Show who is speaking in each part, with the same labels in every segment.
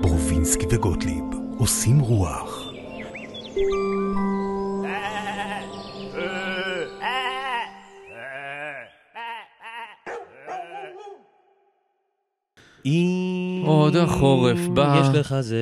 Speaker 1: ברובינסקי וגוטליב עושים רוח.
Speaker 2: עוד החורף בא.
Speaker 3: יש לך זבל.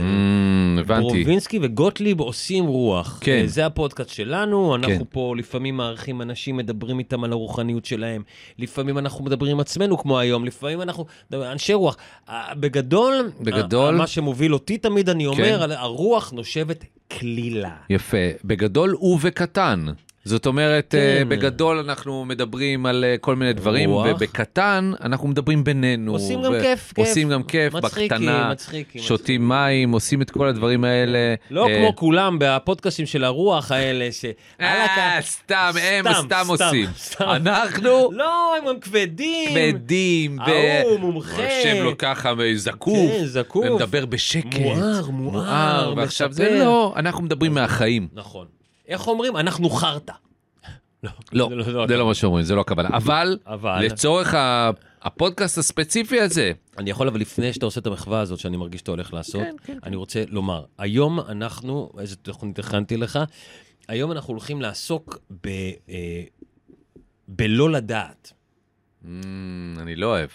Speaker 2: אמ, הבנתי.
Speaker 3: ברובינסקי וגוטליב עושים רוח.
Speaker 2: כן.
Speaker 3: אה, זה הפודקאסט שלנו, אנחנו
Speaker 2: כן.
Speaker 3: פה לפעמים מארחים אנשים, מדברים איתם על הרוחניות שלהם. לפעמים אנחנו מדברים עם עצמנו כמו היום, לפעמים אנחנו אנשי רוח. אה, בגדול,
Speaker 2: בגדול.
Speaker 3: אה, מה שמוביל אותי תמיד, אני אומר,
Speaker 2: כן.
Speaker 3: על- הרוח נושבת כלילה.
Speaker 2: יפה, בגדול ובקטן. זאת אומרת, אה,
Speaker 3: כן.
Speaker 2: בגדול אנחנו מדברים על אה, כל מיני דברים,
Speaker 3: רוח.
Speaker 2: ובקטן אנחנו מדברים בינינו.
Speaker 3: עושים גם
Speaker 2: ו-
Speaker 3: כיף, כיף.
Speaker 2: עושים גם כיף,
Speaker 3: מצחיקים,
Speaker 2: בקטנה,
Speaker 3: מצחיקים,
Speaker 2: שותים מים, עושים את כל הדברים האלה.
Speaker 3: לא
Speaker 2: אה,
Speaker 3: כמו כולם בפודקאסטים של הרוח האלה, ש...
Speaker 2: אה, סתם, הם סתם עושים.
Speaker 3: סתם.
Speaker 2: אנחנו
Speaker 3: לא, הם גם כבדים.
Speaker 2: כבדים,
Speaker 3: ההוא מומחה.
Speaker 2: יושב לו ככה וזקוף,
Speaker 3: כן, זקוף. כן.
Speaker 2: ומדבר בשקט.
Speaker 3: מואר, מואר,
Speaker 2: ועכשיו זה
Speaker 3: מספר.
Speaker 2: לא, אנחנו מדברים מהחיים.
Speaker 3: נכון. איך אומרים? אנחנו חרטא.
Speaker 2: לא,
Speaker 3: זה לא-
Speaker 2: זה לא מה שאומרים, זה לא הכוונה. אבל,
Speaker 3: אבל-
Speaker 2: לצורך ה- הפודקאסט הספציפי הזה,
Speaker 3: אני יכול, אבל לפני שאתה עושה את המחווה הזאת שאני מרגיש שאתה הולך לעשות,
Speaker 2: כן,
Speaker 3: אני רוצה לומר, היום אנחנו, איזה תוכנית הכנתי לך, היום אנחנו הולכים לעסוק ב... אה, בלא לדעת.
Speaker 2: אמ, אני לא אוהב.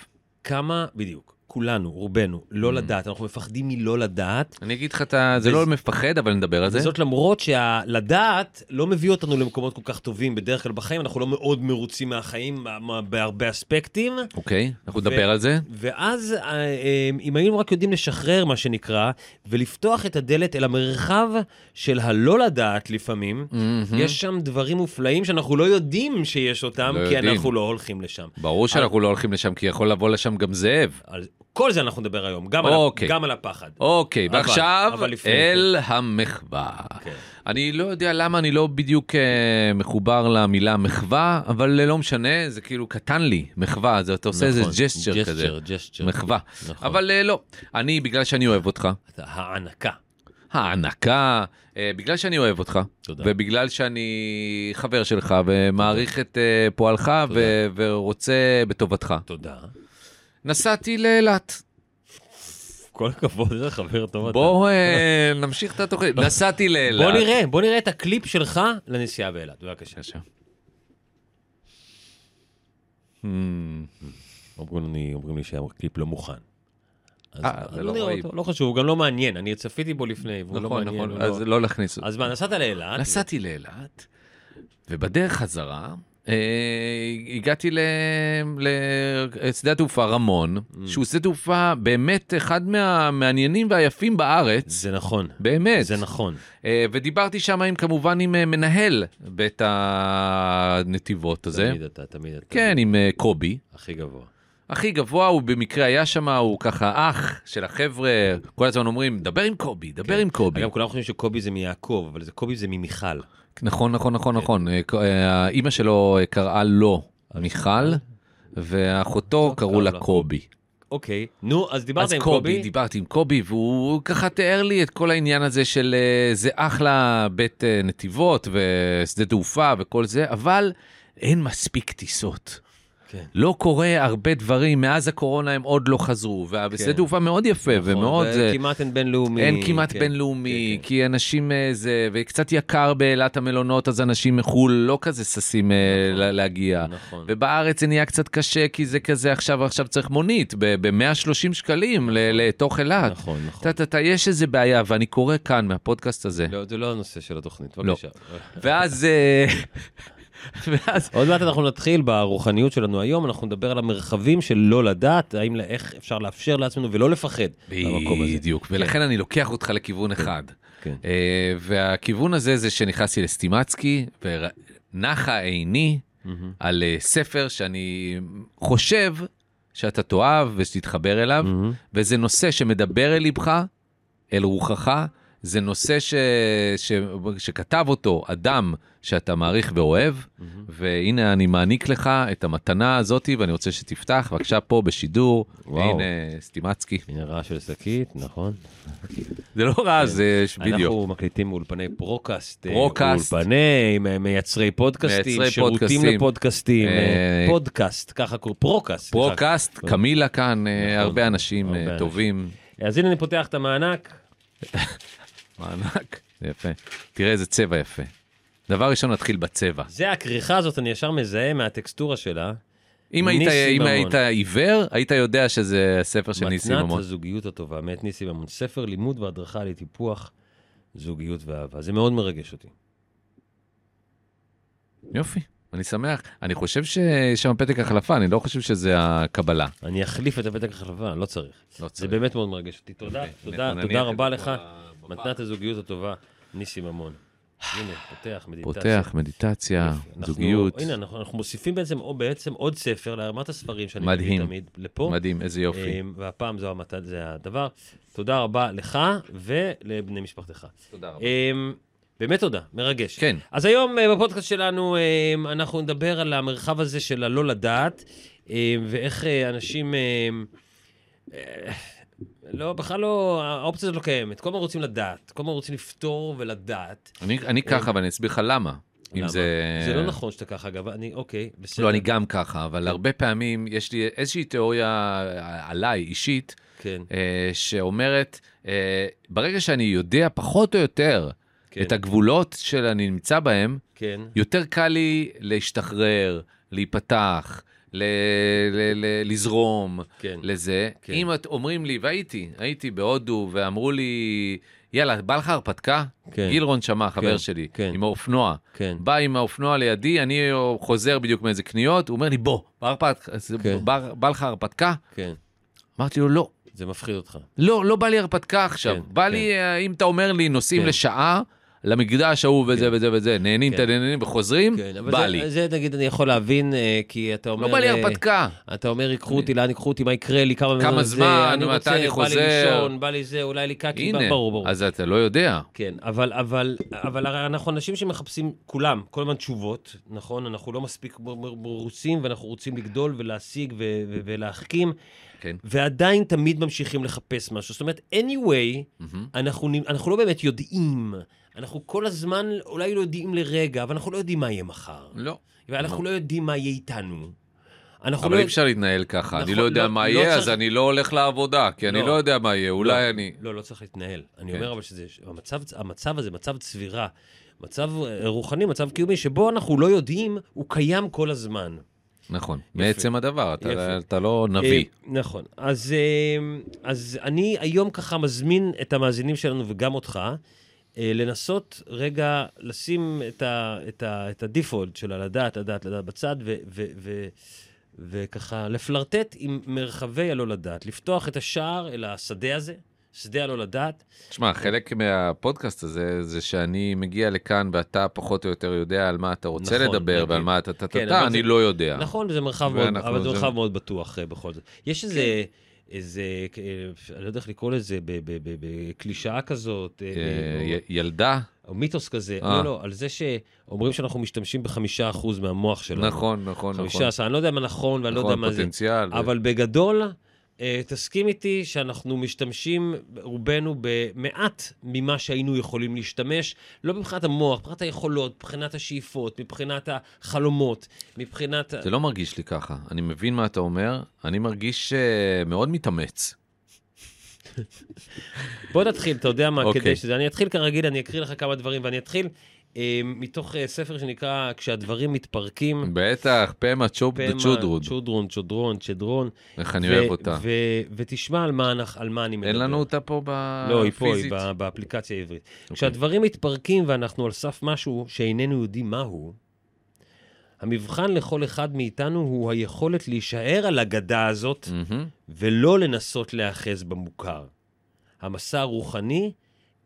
Speaker 3: כמה, בדיוק, כולנו, רובנו,
Speaker 2: Mm.
Speaker 3: לא לדעת, אנחנו מפחדים מלא לדעת.
Speaker 2: אני אגיד לך, את ה- זה לא מפחד, אבל נדבר על זה.
Speaker 3: וזאת למרות שהלדעת לא מביא אותנו למקומות כל כך טובים בדרך כלל בחיים, אנחנו לא מאוד מרוצים מהחיים מה- מה- בהרבה אספקטים.
Speaker 2: אוקיי, אנחנו
Speaker 3: ו-
Speaker 2: נדבר על זה.
Speaker 3: ואז אה, אה, אם היינו רק יודעים לשחרר, מה שנקרא, ולפתוח את הדלת אל המרחב של הלא לדעת לפעמים,
Speaker 2: מהמם.
Speaker 3: יש שם דברים מופלאים שאנחנו לא יודעים שיש אותם,
Speaker 2: לא
Speaker 3: כי
Speaker 2: יודעים.
Speaker 3: אנחנו לא הולכים לשם.
Speaker 2: ברור שאנחנו לא הולכים לשם, כי יכול לבוא לשם גם זאב.
Speaker 3: על כל זה אנחנו נדבר היום, גם,
Speaker 2: אוקיי.
Speaker 3: על, ה- גם על הפחד.
Speaker 2: אוקיי,
Speaker 3: אבל-
Speaker 2: ועכשיו
Speaker 3: אבל לפני
Speaker 2: אל המחווה.
Speaker 3: כן.
Speaker 2: אני לא יודע למה אני לא בדיוק אה, מחובר למילה מחווה, אבל לא משנה, זה כאילו קטן לי, מחווה, זה אתה עושה איזה
Speaker 3: נכון,
Speaker 2: ג'סטר כזה.
Speaker 3: ג'סטר, ג'סטר.
Speaker 2: מחווה.
Speaker 3: נכון.
Speaker 2: אבל אה, לא, אני, בגלל שאני אוהב אותך,
Speaker 3: הענקה.
Speaker 2: הענקה, אה, בגלל שאני אוהב אותך,
Speaker 3: תודה.
Speaker 2: ובגלל שאני חבר שלך ומעריך את אה, פועלך ו- ורוצה בטובתך,
Speaker 3: תודה.
Speaker 2: נסעתי לאילת.
Speaker 3: כל הכבוד, איזה חבר טוב אתה.
Speaker 2: בואו אה, נמשיך את התוכנית. נסעתי לאילת.
Speaker 3: לא. בוא נראה, בוא נראה את הקליפ שלך לנסיעה באילת, בבקשה.
Speaker 2: בבקשה. Hmm.
Speaker 3: אומרים לי, אומרים לי שהקליפ לא מוכן. אז
Speaker 2: אה,
Speaker 3: אז
Speaker 2: זה
Speaker 3: לא
Speaker 2: לא
Speaker 3: נראה
Speaker 2: רואים.
Speaker 3: אותו, לא חשוב, הוא גם לא מעניין, אני צפיתי בו לפני, והוא לא
Speaker 2: נכון,
Speaker 3: מעניין.
Speaker 2: נכון,
Speaker 3: הוא
Speaker 2: אז
Speaker 3: לא-
Speaker 2: לא להכניס.
Speaker 3: אז מה, נסעת לאילת?
Speaker 2: נסעתי לאילת, ובדרך חזרה אה, הגעתי ל- לשדה התעופה רמון,
Speaker 3: Mm.
Speaker 2: שהוא שדה תעופה באמת אחד מהמעניינים והיפים בארץ,
Speaker 3: זה נכון,
Speaker 2: באמת.
Speaker 3: זה נכון.
Speaker 2: אה, ודיברתי שם עם, כמובן עם אה, מנהל בית הנתיבות הזה,
Speaker 3: תמיד אתה, תמיד אתה.
Speaker 2: כן, עם אה, קובי.
Speaker 3: הכי גבוה.
Speaker 2: הכי גבוה, הוא במקרה היה שם, הוא ככה אח של החבר'ה, כל הזמן אומרים, דבר עם קובי, דבר עם קובי.
Speaker 3: כן. אגב, כולם חושבים שקובי זה מיעקב, אבל זה- קובי זה ממיכל.
Speaker 2: נכון, נכון, נכון, נכון. אה, ק- אה, אימא שלו אה, קראה לו מיכל, ואחותו קראו לה
Speaker 3: לה.
Speaker 2: קובי.
Speaker 3: אוקיי, נו, אז דיברת
Speaker 2: אז
Speaker 3: עם
Speaker 2: קובי,
Speaker 3: קובי?
Speaker 2: דיברתי עם קובי, והוא ככה תיאר לי את כל העניין הזה של אה, זה אחלה בית אה, נתיבות ושדה תעופה וכל זה, אבל אין מספיק טיסות.
Speaker 3: כן.
Speaker 2: לא קורה הרבה דברים, מאז הקורונה הם עוד לא חזרו, והשדה
Speaker 3: כן.
Speaker 2: תעופה מאוד יפה ומאוד... אה,
Speaker 3: נכון,
Speaker 2: זה-
Speaker 3: וכמעט אין בינלאומי.
Speaker 2: אין כמעט
Speaker 3: כן,
Speaker 2: בינלאומי,
Speaker 3: כן, כן.
Speaker 2: כי אנשים אה, זה, וקצת יקר באילת המלונות, אז אנשים מחו"ל לא כזה ששים אה, לה- להגיע.
Speaker 3: נכון.
Speaker 2: ובארץ זה נהיה קצת קשה, כי זה כזה עכשיו, עכשיו צריך מונית, ב-130 שקלים ל- לתוך אילת.
Speaker 3: נכון, נכון.
Speaker 2: טה, טה, טה, יש איזה בעיה, ואני קורא כאן מהפודקאסט הזה.
Speaker 3: לא, זה לא הנושא של התוכנית,
Speaker 2: לא.
Speaker 3: בבקשה.
Speaker 2: ואז... אה, ואז...
Speaker 3: עוד מעט אנחנו נתחיל ברוחניות שלנו היום, אנחנו נדבר על המרחבים של לא לדעת, האם, לא- איך אפשר לאפשר לעצמנו ולא לפחד במקום הזה.
Speaker 2: בדיוק, ולכן אני לוקח אותך לכיוון אחד.
Speaker 3: כן.
Speaker 2: אה, והכיוון הזה זה שנכנסתי לסטימצקי, ונחה עיני
Speaker 3: מהמם.
Speaker 2: על אה, ספר שאני חושב שאתה תאהב ושתתחבר אליו,
Speaker 3: מהמם.
Speaker 2: וזה נושא שמדבר אל ליבך, אל רוחך, זה נושא ש... ש... שכתב אותו אדם שאתה מעריך ואוהב,
Speaker 3: Mm-hmm.
Speaker 2: והנה אני מעניק לך את המתנה הזאת, ואני רוצה שתפתח, בבקשה פה בשידור,
Speaker 3: וואו.
Speaker 2: והנה סטימצקי.
Speaker 3: הנה רעש של שקית, נכון.
Speaker 2: זה לא רע, זה וידאו.
Speaker 3: כן. אנחנו מקליטים מאולפני פרוקאסט. אה,
Speaker 2: פרוקאסט.
Speaker 3: אולפני אה, מייצרי פודקאסטים,
Speaker 2: מייצרי
Speaker 3: שירותים
Speaker 2: פודקאסטים.
Speaker 3: לפודקאסטים, אה,
Speaker 2: אה,
Speaker 3: פודקאסט, ככה קוראים, פרוקאסט. סליחה.
Speaker 2: פרוקאסט, קמילה כאן, אה,
Speaker 3: נכון.
Speaker 2: הרבה אנשים אה,
Speaker 3: הרבה
Speaker 2: טובים.
Speaker 3: אז הנה אני פותח את המענק.
Speaker 2: מענק. זה יפה. תראה איזה צבע יפה. דבר ראשון, נתחיל בצבע.
Speaker 3: זה הכריכה הזאת, אני ישר מזהה מהטקסטורה שלה.
Speaker 2: אם היית,
Speaker 3: ניסים
Speaker 2: אם
Speaker 3: ממון.
Speaker 2: היית עיוור, היית יודע שזה ספר של ניסים
Speaker 3: מתנת
Speaker 2: ממון.
Speaker 3: הזוגיות הטובה, מאת ניסים ממון, ספר לימוד והדרכה לטיפוח זוגיות ואהבה. זה מאוד מרגש אותי.
Speaker 2: יופי, אני שמח. אני חושב שיש שם פתק החלפה, אני לא חושב שזה הקבלה.
Speaker 3: אני אחליף את הפתק החלבה, לא צריך.
Speaker 2: לא
Speaker 3: זה
Speaker 2: צריך.
Speaker 3: באמת מאוד מרגש אותי. תודה, תודה,
Speaker 2: נניח
Speaker 3: תודה
Speaker 2: את זה
Speaker 3: רבה
Speaker 2: אוקיי,
Speaker 3: לך.
Speaker 2: פה ב- בבית.
Speaker 3: מתנת הזוגיות הטובה, ניסי ממון. הנה, פותח, מדיטציה.
Speaker 2: פותח, מדיטציה,
Speaker 3: יופי. אנחנו-
Speaker 2: זוגיות.
Speaker 3: הנה, אנחנו אנחנו מוסיפים בעצם או- בעצם עוד ספר לרמת הספרים שאני מביא
Speaker 2: מדהים.
Speaker 3: תמיד לפה.
Speaker 2: מדהים, איזה יופי.
Speaker 3: אמ, והפעם זו המתת, זה הדבר. תודה רבה לך ולבני משפחתך.
Speaker 2: תודה רבה.
Speaker 3: אמ, באמת תודה, מרגש.
Speaker 2: אוקיי. כן.
Speaker 3: אז היום אה, בפודקאסט שלנו אמ, אנחנו נדבר על המרחב הזה של הלא לדעת, אמ, ואיך אה, אנשים... אמ, אה, לא, בכלל לא, האופציה הזאת לא קיימת. כל הזמן רוצים לדעת, כל הזמן רוצים לפתור ולדעת.
Speaker 2: אני אני ככה, ואני אסביר לך למה. אם
Speaker 3: אה, למה?
Speaker 2: זה...
Speaker 3: זה לא נכון שאתה ככה, אגב. אני, אוקיי, בסדר.
Speaker 2: לא, אני גם ככה, אבל הרבה פעמים יש לי איזושהי תיאוריה עליי, אישית,
Speaker 3: כן,
Speaker 2: אה, שאומרת, אה, ברגע שאני יודע פחות או יותר
Speaker 3: כן.
Speaker 2: את הגבולות שאני נמצא בהם,
Speaker 3: כן.
Speaker 2: יותר קל לי להשתחרר, להיפתח, ל- ל- ל- לזרום
Speaker 3: כן.
Speaker 2: לזה.
Speaker 3: כן.
Speaker 2: אם את אומרים לי, והייתי, הייתי בהודו, ואמרו לי, יאללה, בא לך הרפתקה?
Speaker 3: כן.
Speaker 2: גילרון שמע, חבר
Speaker 3: כן,
Speaker 2: שלי,
Speaker 3: כן.
Speaker 2: עם האופנוע.
Speaker 3: כן.
Speaker 2: בא עם האופנוע לידי, אני חוזר בדיוק מאיזה קניות, הוא אומר לי, בוא, בהרפתקה-
Speaker 3: כן.
Speaker 2: בא בא לך הרפתקה?
Speaker 3: כן.
Speaker 2: אמרתי לו, לא.
Speaker 3: זה מפחיד אותך.
Speaker 2: לא, לא בא לי הרפתקה עכשיו.
Speaker 3: כן,
Speaker 2: בא
Speaker 3: כן.
Speaker 2: לי, אה, אם אתה אומר לי, נוסעים
Speaker 3: כן.
Speaker 2: לשעה למקדש ההוא וזה וזה וזה, נהנים,
Speaker 3: כן.
Speaker 2: אתה נהנים וחוזרים,
Speaker 3: כן, אבל
Speaker 2: בא
Speaker 3: זה-
Speaker 2: לי.
Speaker 3: זה, נגיד, אני יכול להבין, אה, כי אתה אומר...
Speaker 2: לא בא לי
Speaker 3: אה,
Speaker 2: הרפתקה.
Speaker 3: אתה אומר, ייקחו אותי, לאן ייקחו אותי, מה יקרה לי, כמה...
Speaker 2: כמה
Speaker 3: זה,
Speaker 2: זמן,
Speaker 3: אני
Speaker 2: מתי
Speaker 3: רוצה,
Speaker 2: אני
Speaker 3: בא לי
Speaker 2: חוזר.
Speaker 3: לישון, בא לי זה, אולי ליקקי,
Speaker 2: הנה,
Speaker 3: כן, ברור, ברור.
Speaker 2: אז אתה לא יודע.
Speaker 3: כן, אבל, אבל, אבל הרי אנחנו אנשים שמחפשים, כולם, כל הזמן תשובות, נכון? אנחנו לא מספיק מ- מ- מרוצים, ואנחנו רוצים לגדול ולהשיג ו- ו- ולהחכים,
Speaker 2: כן.
Speaker 3: ועדיין תמיד ממשיכים לחפש משהו. זאת אומרת, anyway,
Speaker 2: מהמם.
Speaker 3: אנחנו, נ- אנחנו לא באמת יודעים. אנחנו כל הזמן אולי לא יודעים לרגע, אבל אנחנו לא יודעים מה יהיה מחר.
Speaker 2: לא.
Speaker 3: ואנחנו לא יודעים מה יהיה איתנו. אנחנו
Speaker 2: אבל
Speaker 3: לא...
Speaker 2: אי אפשר להתנהל ככה, אני
Speaker 3: נכון,
Speaker 2: לא יודע
Speaker 3: לא-
Speaker 2: מה
Speaker 3: לא
Speaker 2: יהיה,
Speaker 3: צריך-
Speaker 2: אז אני לא הולך לעבודה, כי אני
Speaker 3: לא.
Speaker 2: לא יודע מה יהיה, אולי
Speaker 3: לא,
Speaker 2: אני...
Speaker 3: לא, לא צריך להתנהל. אני
Speaker 2: כן.
Speaker 3: אומר אבל שזה... המצב, המצב הזה, מצב צבירה, מצב אה, רוחני, מצב קיומי, שבו אנחנו לא יודעים, הוא קיים כל הזמן.
Speaker 2: נכון, מעצם הדבר, אתה-
Speaker 3: יפה.
Speaker 2: אתה לא נביא.
Speaker 3: אה, נכון. אז, אה, אז אני היום ככה מזמין את המאזינים שלנו וגם אותך, אה, לנסות רגע לשים את, ה, את, ה, את הדיפולט של הלדעת, לדעת, לדעת בצד, ו, ו, ו, וככה לפלרטט עם מרחבי הלא לדעת, לפתוח את השער אל השדה הזה, שדה הלא לדעת.
Speaker 2: תשמע, חלק מהפודקאסט הזה, זה שאני מגיע לכאן ואתה פחות או יותר יודע על מה אתה רוצה
Speaker 3: נכון,
Speaker 2: לדבר
Speaker 3: נגיד.
Speaker 2: ועל מה אתה...
Speaker 3: כן,
Speaker 2: טה-טה-טה,
Speaker 3: אבל
Speaker 2: אני
Speaker 3: זה-
Speaker 2: לא יודע.
Speaker 3: נכון, זה מרחב מאוד,
Speaker 2: ואנחנו-
Speaker 3: אבל זה
Speaker 2: זה- כן.
Speaker 3: מרחב מאוד בטוח אה, בכל זאת. יש איזה... איזה, אה, אני לא יודע איך לקרוא לזה, ב- ב- ב- בקלישאה כזאת. אה,
Speaker 2: אה,
Speaker 3: או-
Speaker 2: י- ילדה,
Speaker 3: או מיתוס כזה,
Speaker 2: אה.
Speaker 3: לא, לא, על זה שאומרים שאנחנו משתמשים בחמישה אחוז מהמוח שלנו.
Speaker 2: נכון, נכון, נכון.
Speaker 3: חמישה עשר, אני לא יודע מה נכון ואני לא יודע
Speaker 2: נכון,
Speaker 3: מה זה.
Speaker 2: פוטנציאל.
Speaker 3: אבל בגדול, אה, תסכים איתי שאנחנו משתמשים, רובנו, במעט ממה שהיינו יכולים להשתמש, לא מבחינת המוח, מבחינת היכולות, מבחינת השאיפות, מבחינת החלומות, מבחינת... ה-
Speaker 2: זה לא מרגיש לי ככה. אני מבין מה אתה אומר, אני מרגיש אה, מאוד מתאמץ.
Speaker 3: בוא נתחיל, אתה יודע מה,
Speaker 2: אוקיי.
Speaker 3: כדי שזה... אני אתחיל כרגיל, אני אקריא לך כמה דברים, ואני אתחיל אה, מתוך אה, ספר שנקרא "כשהדברים מתפרקים".
Speaker 2: בטח, פמה צ'ופ דה צ'ודרוד.
Speaker 3: צ'ודרון, צ'ודרון, צ'דרון.
Speaker 2: איך אני
Speaker 3: ו-
Speaker 2: אוהב אותה.
Speaker 3: ו- ותשמע על מה אנחנו- על מה אני מדבר.
Speaker 2: אין לנו אותה אוקיי. פה
Speaker 3: לא, היא פה, היא
Speaker 2: בפיזית.
Speaker 3: ב- באפליקציה העברית. כשהדברים מתפרקים ואנחנו על סף משהו שאיננו יודעים מהו, המבחן לכל אחד מאיתנו הוא היכולת להישאר על הגדה הזאת
Speaker 2: מהמם.
Speaker 3: ולא לנסות להיאחז במוכר. המסע הרוחני,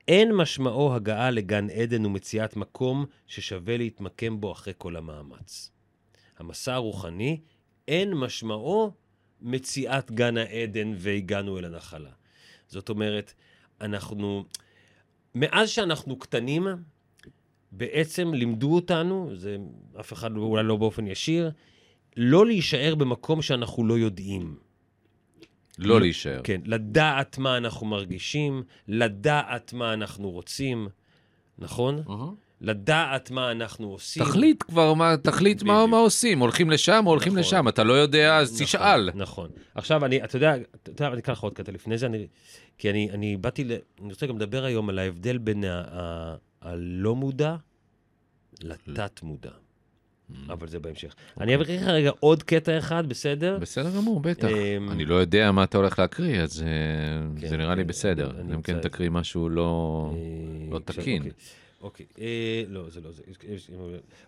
Speaker 3: אין משמעו הגעה לגן עדן ומציאת מקום ששווה להתמקם בו אחרי כל המאמץ. המסע הרוחני, אין משמעו מציאת גן העדן והגענו אל הנחלה. זאת אומרת, אנחנו, מאז שאנחנו קטנים, בעצם לימדו אותנו, זה אף אחד לא- אולי לא באופן ישיר, לא להישאר במקום שאנחנו לא יודעים.
Speaker 2: לא להישאר.
Speaker 3: כן, לדעת מה אנחנו מרגישים, לדעת מה אנחנו רוצים, נכון? לדעת מה אנחנו עושים.
Speaker 2: תחליט כבר, מה- תחליט מה
Speaker 3: בדיוק.
Speaker 2: מה עושים, הולכים לשם או הולכים
Speaker 3: נכון.
Speaker 2: לשם, אתה לא יודע, אז
Speaker 3: נכון,
Speaker 2: תשאל.
Speaker 3: נכון. עכשיו, אני, אתה יודע, אתה יודע, אני אקח לך עוד קטע לפני זה, אני, כי אני, אני באתי, ל, אני רוצה גם לדבר היום על ההבדל בין ה, ה, הלא מודע לתת מודע,
Speaker 2: Mm-hmm.
Speaker 3: אבל זה בהמשך.
Speaker 2: אוקיי.
Speaker 3: אני אקריא לך רגע עוד קטע אחד, בסדר?
Speaker 2: בסדר גמור, בטח.
Speaker 3: אמ,
Speaker 2: אני לא יודע מה אתה הולך להקריא, אז אה,
Speaker 3: כן,
Speaker 2: זה נראה
Speaker 3: כן,
Speaker 2: לי בסדר.
Speaker 3: אני
Speaker 2: אם
Speaker 3: אמצא
Speaker 2: כן
Speaker 3: את זה.
Speaker 2: תקריא משהו לא...
Speaker 3: אה,
Speaker 2: לא
Speaker 3: עכשיו,
Speaker 2: תקין.
Speaker 3: אוקיי. אוקיי, אה, לא, זה לא זה. יש-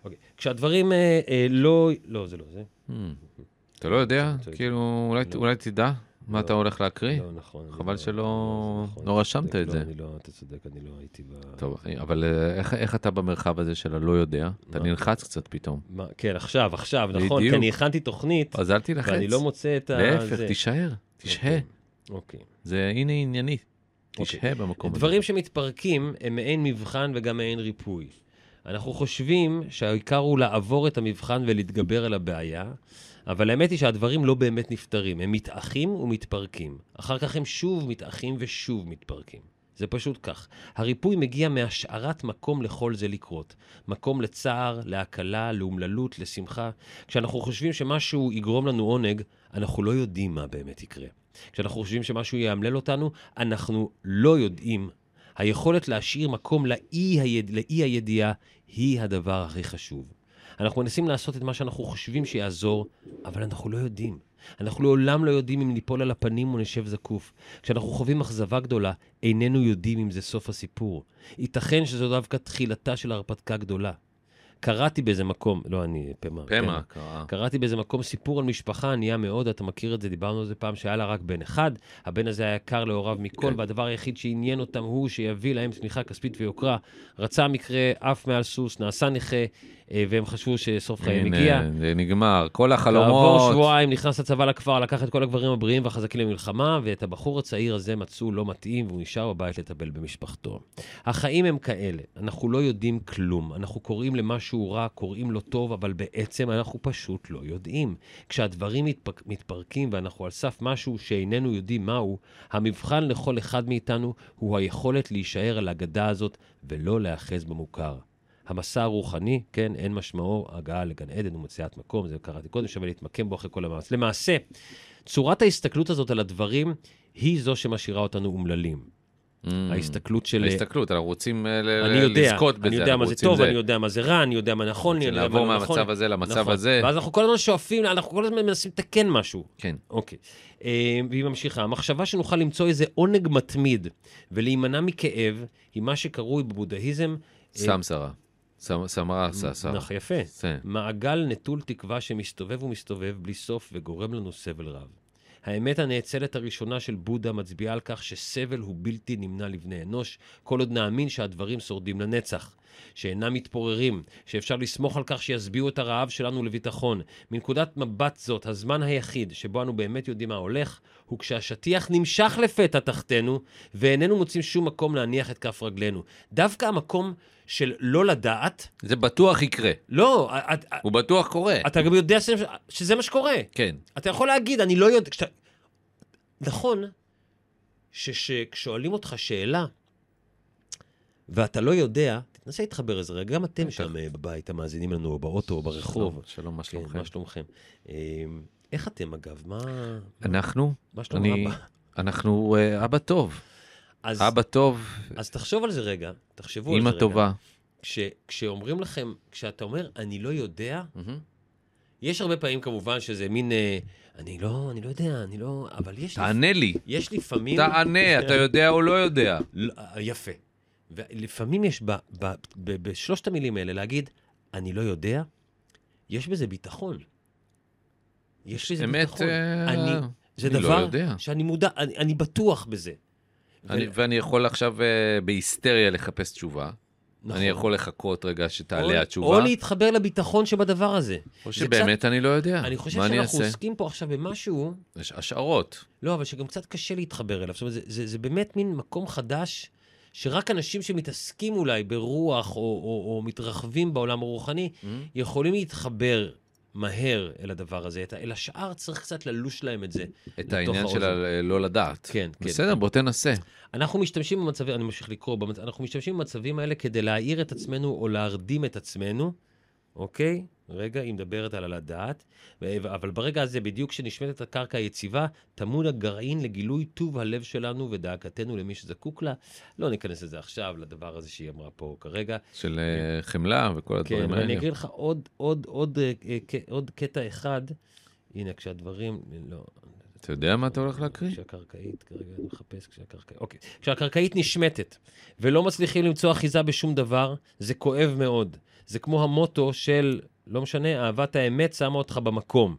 Speaker 3: אוקיי. כשהדברים אה, אה, לא... לא, זה לא זה.
Speaker 2: Hmm. אתה לא יודע?
Speaker 3: צודק.
Speaker 2: כאילו, אולי-
Speaker 3: לא.
Speaker 2: אולי תדע מה
Speaker 3: לא.
Speaker 2: אתה הולך להקריא?
Speaker 3: לא, נכון. אני
Speaker 2: חבל
Speaker 3: לא-
Speaker 2: שלא-
Speaker 3: לא, זה נכון,
Speaker 2: לא
Speaker 3: אתה
Speaker 2: רשמת
Speaker 3: צודק,
Speaker 2: את
Speaker 3: לא,
Speaker 2: זה.
Speaker 3: אני לא, אתה צודק, אני לא הייתי ב...
Speaker 2: טוב, אבל אה, איך- איך אתה במרחב הזה של הלא יודע? אתה
Speaker 3: מה?
Speaker 2: נלחץ קצת פתאום.
Speaker 3: מה, כן, עכשיו, עכשיו, נכון,
Speaker 2: בדיוק.
Speaker 3: כי אני הכנתי תוכנית,
Speaker 2: אז אל תילחץ.
Speaker 3: ואני לא מוצא את ה...
Speaker 2: להפך,
Speaker 3: זה.
Speaker 2: תישאר, תשהה.
Speaker 3: אוקיי.
Speaker 2: זה הנה ענייני.
Speaker 3: אוקיי.
Speaker 2: תשהה במקום הזה.
Speaker 3: דברים שמתפרקים הם מעין מבחן וגם מעין ריפוי. אנחנו חושבים שהעיקר הוא לעבור את המבחן ולהתגבר על הבעיה, אבל האמת היא שהדברים לא באמת נפתרים, הם מתאחים ומתפרקים. אחר כך הם שוב מתאחים ושוב מתפרקים. זה פשוט כך. הריפוי מגיע מהשארת מקום לכל זה לקרות. מקום לצער, להקלה, לאומללות, לשמחה. כשאנחנו חושבים שמשהו יגרום לנו עונג, אנחנו לא יודעים מה באמת יקרה. כשאנחנו חושבים שמשהו יאמלל אותנו, אנחנו לא יודעים. היכולת להשאיר מקום לאי, היד... לאי הידיעה היא הדבר הכי חשוב. אנחנו מנסים לעשות את מה שאנחנו חושבים שיעזור, אבל אנחנו לא יודעים. אנחנו לעולם לא יודעים אם ניפול על הפנים או נשב זקוף. כשאנחנו חווים אכזבה גדולה, איננו יודעים אם זה סוף הסיפור. ייתכן שזו דווקא תחילתה של הרפתקה גדולה. קראתי באיזה מקום, לא אני, פמה.
Speaker 2: פמה קראה.
Speaker 3: קראתי באיזה מקום סיפור על משפחה ענייה מאוד, אתה מכיר את זה, דיברנו על זה פעם, שהיה לה רק בן אחד, הבן הזה היה יקר להוריו מכל,
Speaker 2: כן.
Speaker 3: והדבר היחיד שעניין אותם הוא שיביא להם תמיכה כספית ויוקרה. רצה מקרה, עף מעל סוס, נעשה נכה, אה, והם חשבו שסוף חייהם הגיע.
Speaker 2: הנה, זה נגמר. כל
Speaker 3: כעבור
Speaker 2: החלומות.
Speaker 3: שבועיים נכנס לצבא לכפר, לקח את כל הגברים הבריאים והחזקים למלחמה, ואת הבחור הצעיר הזה מצאו לא מתאים, והוא נשאר בבית לטפל במשפחתו. החיים הם כאלה, אנחנו לא יודעים כלום. אנחנו קוראים למשהו רע, קוראים לו טוב, אבל בעצם אנחנו פשוט לא יודעים. כשהדברים מתפק... מתפרקים ואנחנו על סף משהו שאיננו יודעים מהו, המבחן לכל אחד מאיתנו הוא היכולת להישאר על הגדה הזאת ולא להיאחז במוכר. המסע הרוחני, כן, אין משמעו הגעה לגן עדן ומציאת מקום, זה קראתי קודם, שווה להתמקם בו אחרי כל המאמץ. למעשה, צורת ההסתכלות הזאת על הדברים היא זו שמשאירה אותנו אומללים.
Speaker 2: Mm.
Speaker 3: ההסתכלות של...
Speaker 2: ההסתכלות, אנחנו רוצים אה, ל-
Speaker 3: אני
Speaker 2: ל-
Speaker 3: יודע,
Speaker 2: לזכות בזה.
Speaker 3: אני יודע
Speaker 2: אנחנו
Speaker 3: מה זה
Speaker 2: רוצים
Speaker 3: טוב, אני יודע מה זה רע, אני יודע מה נכון, אני
Speaker 2: רוצים
Speaker 3: יודע מה
Speaker 2: לעבור
Speaker 3: לא נכון.
Speaker 2: מהמצב הזה למצב
Speaker 3: נכון.
Speaker 2: הזה.
Speaker 3: ואז אנחנו כל הזמן שואפים, אנחנו כל הזמן מנסים לתקן משהו.
Speaker 2: כן.
Speaker 3: אוקיי. אה, והיא ממשיכה. המחשבה שנוכל למצוא איזה עונג מתמיד ולהימנע מכאב, היא מה שקרוי בבודהיזם... אה,
Speaker 2: סמסרה. סמ- סמרה כן. ססרה.
Speaker 3: נכון, יפה.
Speaker 2: זה.
Speaker 3: מעגל נטול תקווה שמסתובב ומסתובב בלי סוף וגורם לנו סבל רב. האמת הנאצלת הראשונה של בודה מצביעה על כך שסבל הוא בלתי נמנע לבני אנוש, כל עוד נאמין שהדברים שורדים לנצח, שאינם מתפוררים, שאפשר לסמוך על כך שישביעו את הרעב שלנו לביטחון. מנקודת מבט זאת, הזמן היחיד שבו אנו באמת יודעים מה הולך, הוא כשהשטיח נמשך לפתע תחתינו, ואיננו מוצאים שום מקום להניח את כף רגלינו. דווקא המקום של לא לדעת,
Speaker 2: זה בטוח יקרה.
Speaker 3: לא, את- את-
Speaker 2: הוא בטוח קורה.
Speaker 3: כן. אתה גם יודע ש- שזה מה שקורה.
Speaker 2: כן.
Speaker 3: אתה יכול להגיד, אני לא יודע... כשאתה... נכון שכששואלים אותך שאלה ואתה לא יודע, תנסה להתחבר לזה. רגע, גם אתם
Speaker 2: בטח.
Speaker 3: שם אה, בבית, המאזינים לנו, או באוטו, או ברחוב.
Speaker 2: שלום, שלום, מה
Speaker 3: כן,
Speaker 2: שלומכם?
Speaker 3: מה שלומכם? אה, איך אתם, אגב? מה...
Speaker 2: אנחנו,
Speaker 3: מה שלום
Speaker 2: אני,
Speaker 3: אבא?
Speaker 2: אנחנו אה, אבא טוב.
Speaker 3: אז-
Speaker 2: אבא טוב,
Speaker 3: אז תחשוב על זה רגע, תחשבו על זה
Speaker 2: אימא
Speaker 3: רגע.
Speaker 2: טובה.
Speaker 3: כש- כשאומרים לכם, כשאתה אומר, אני לא יודע, יש הרבה פעמים כמובן שזה מין, אה, אני לא, אני לא יודע, אני לא, אבל יש, לפ...
Speaker 2: תענה לי.
Speaker 3: יש לפעמים,
Speaker 2: תענה, אתה יודע או לא יודע.
Speaker 3: לא, אה, יפה, ולפעמים יש ב, ב, ב, בשלושת המילים האלה להגיד, אני לא יודע, יש בזה ביטחון. יש לזה
Speaker 2: אמת,
Speaker 3: ביטחון.
Speaker 2: אה,
Speaker 3: אני, זה
Speaker 2: אני לא
Speaker 3: דבר
Speaker 2: יודע.
Speaker 3: שאני מודע, אני, אני בטוח בזה.
Speaker 2: אני-
Speaker 3: ו-
Speaker 2: ואני יכול עכשיו אה, בהיסטריה לחפש תשובה.
Speaker 3: נכון.
Speaker 2: אני יכול לחכות רגע
Speaker 3: או-
Speaker 2: שתעלה
Speaker 3: או
Speaker 2: התשובה.
Speaker 3: להתחבר לביטחון שבדבר הזה.
Speaker 2: או
Speaker 3: זה קצת-
Speaker 2: שבאמת אני לא יודע.
Speaker 3: אני חושב
Speaker 2: מה אני
Speaker 3: שאנחנו
Speaker 2: אעשה?
Speaker 3: עוסקים פה עכשיו במשהו
Speaker 2: יש השערות.
Speaker 3: לא, אבל שגם קצת קשה להתחבר אליו. זאת אומרת, זה, זה, זה באמת מין מקום חדש שרק אנשים שמתעסקים אולי ברוח או, או, או מתרחבים בעולם הרוחני, יכולים להתחבר מהר אל הדבר הזה, את ה- אל השאר צריך קצת ללוש להם את זה.
Speaker 2: את
Speaker 3: לתוך
Speaker 2: העניין של
Speaker 3: האוזן.
Speaker 2: הלא לדעת.
Speaker 3: כן, כן.
Speaker 2: בסדר, בוא תנסה.
Speaker 3: אנחנו משתמשים במצבים, אני ממשיך לקרוא, במצ... אנחנו משתמשים במצבים האלה כדי להעיר את עצמנו או להרדים את עצמנו, אוקיי? רגע, היא מדברת על הלדעת, ו- אבל ברגע הזה, בדיוק כשנשמטת הקרקע היציבה, טמון הגרעין לגילוי טוב הלב שלנו ודאגתנו למי שזקוק לה. לא ניכנס לזה עכשיו, לדבר הזה שהיא אמרה פה כרגע.
Speaker 2: של אה, חמלה וכל
Speaker 3: כן,
Speaker 2: הדברים
Speaker 3: ואני
Speaker 2: האלה.
Speaker 3: אקריא לך עוד, עוד, עוד, אה, אה, ק- עוד קטע אחד. הנה, כשהדברים... לא,
Speaker 2: אתה יודע מה אתה הולך להקריא?
Speaker 3: כשהקרקעית, כרגע אני מחפש, כשהקרקעית, אוקיי. כשהקרקעית נשמטת ולא מצליחים למצוא אחיזה בשום דבר, זה כואב מאוד. זה כמו המוטו של, לא משנה, אהבת האמת שמה אותך במקום.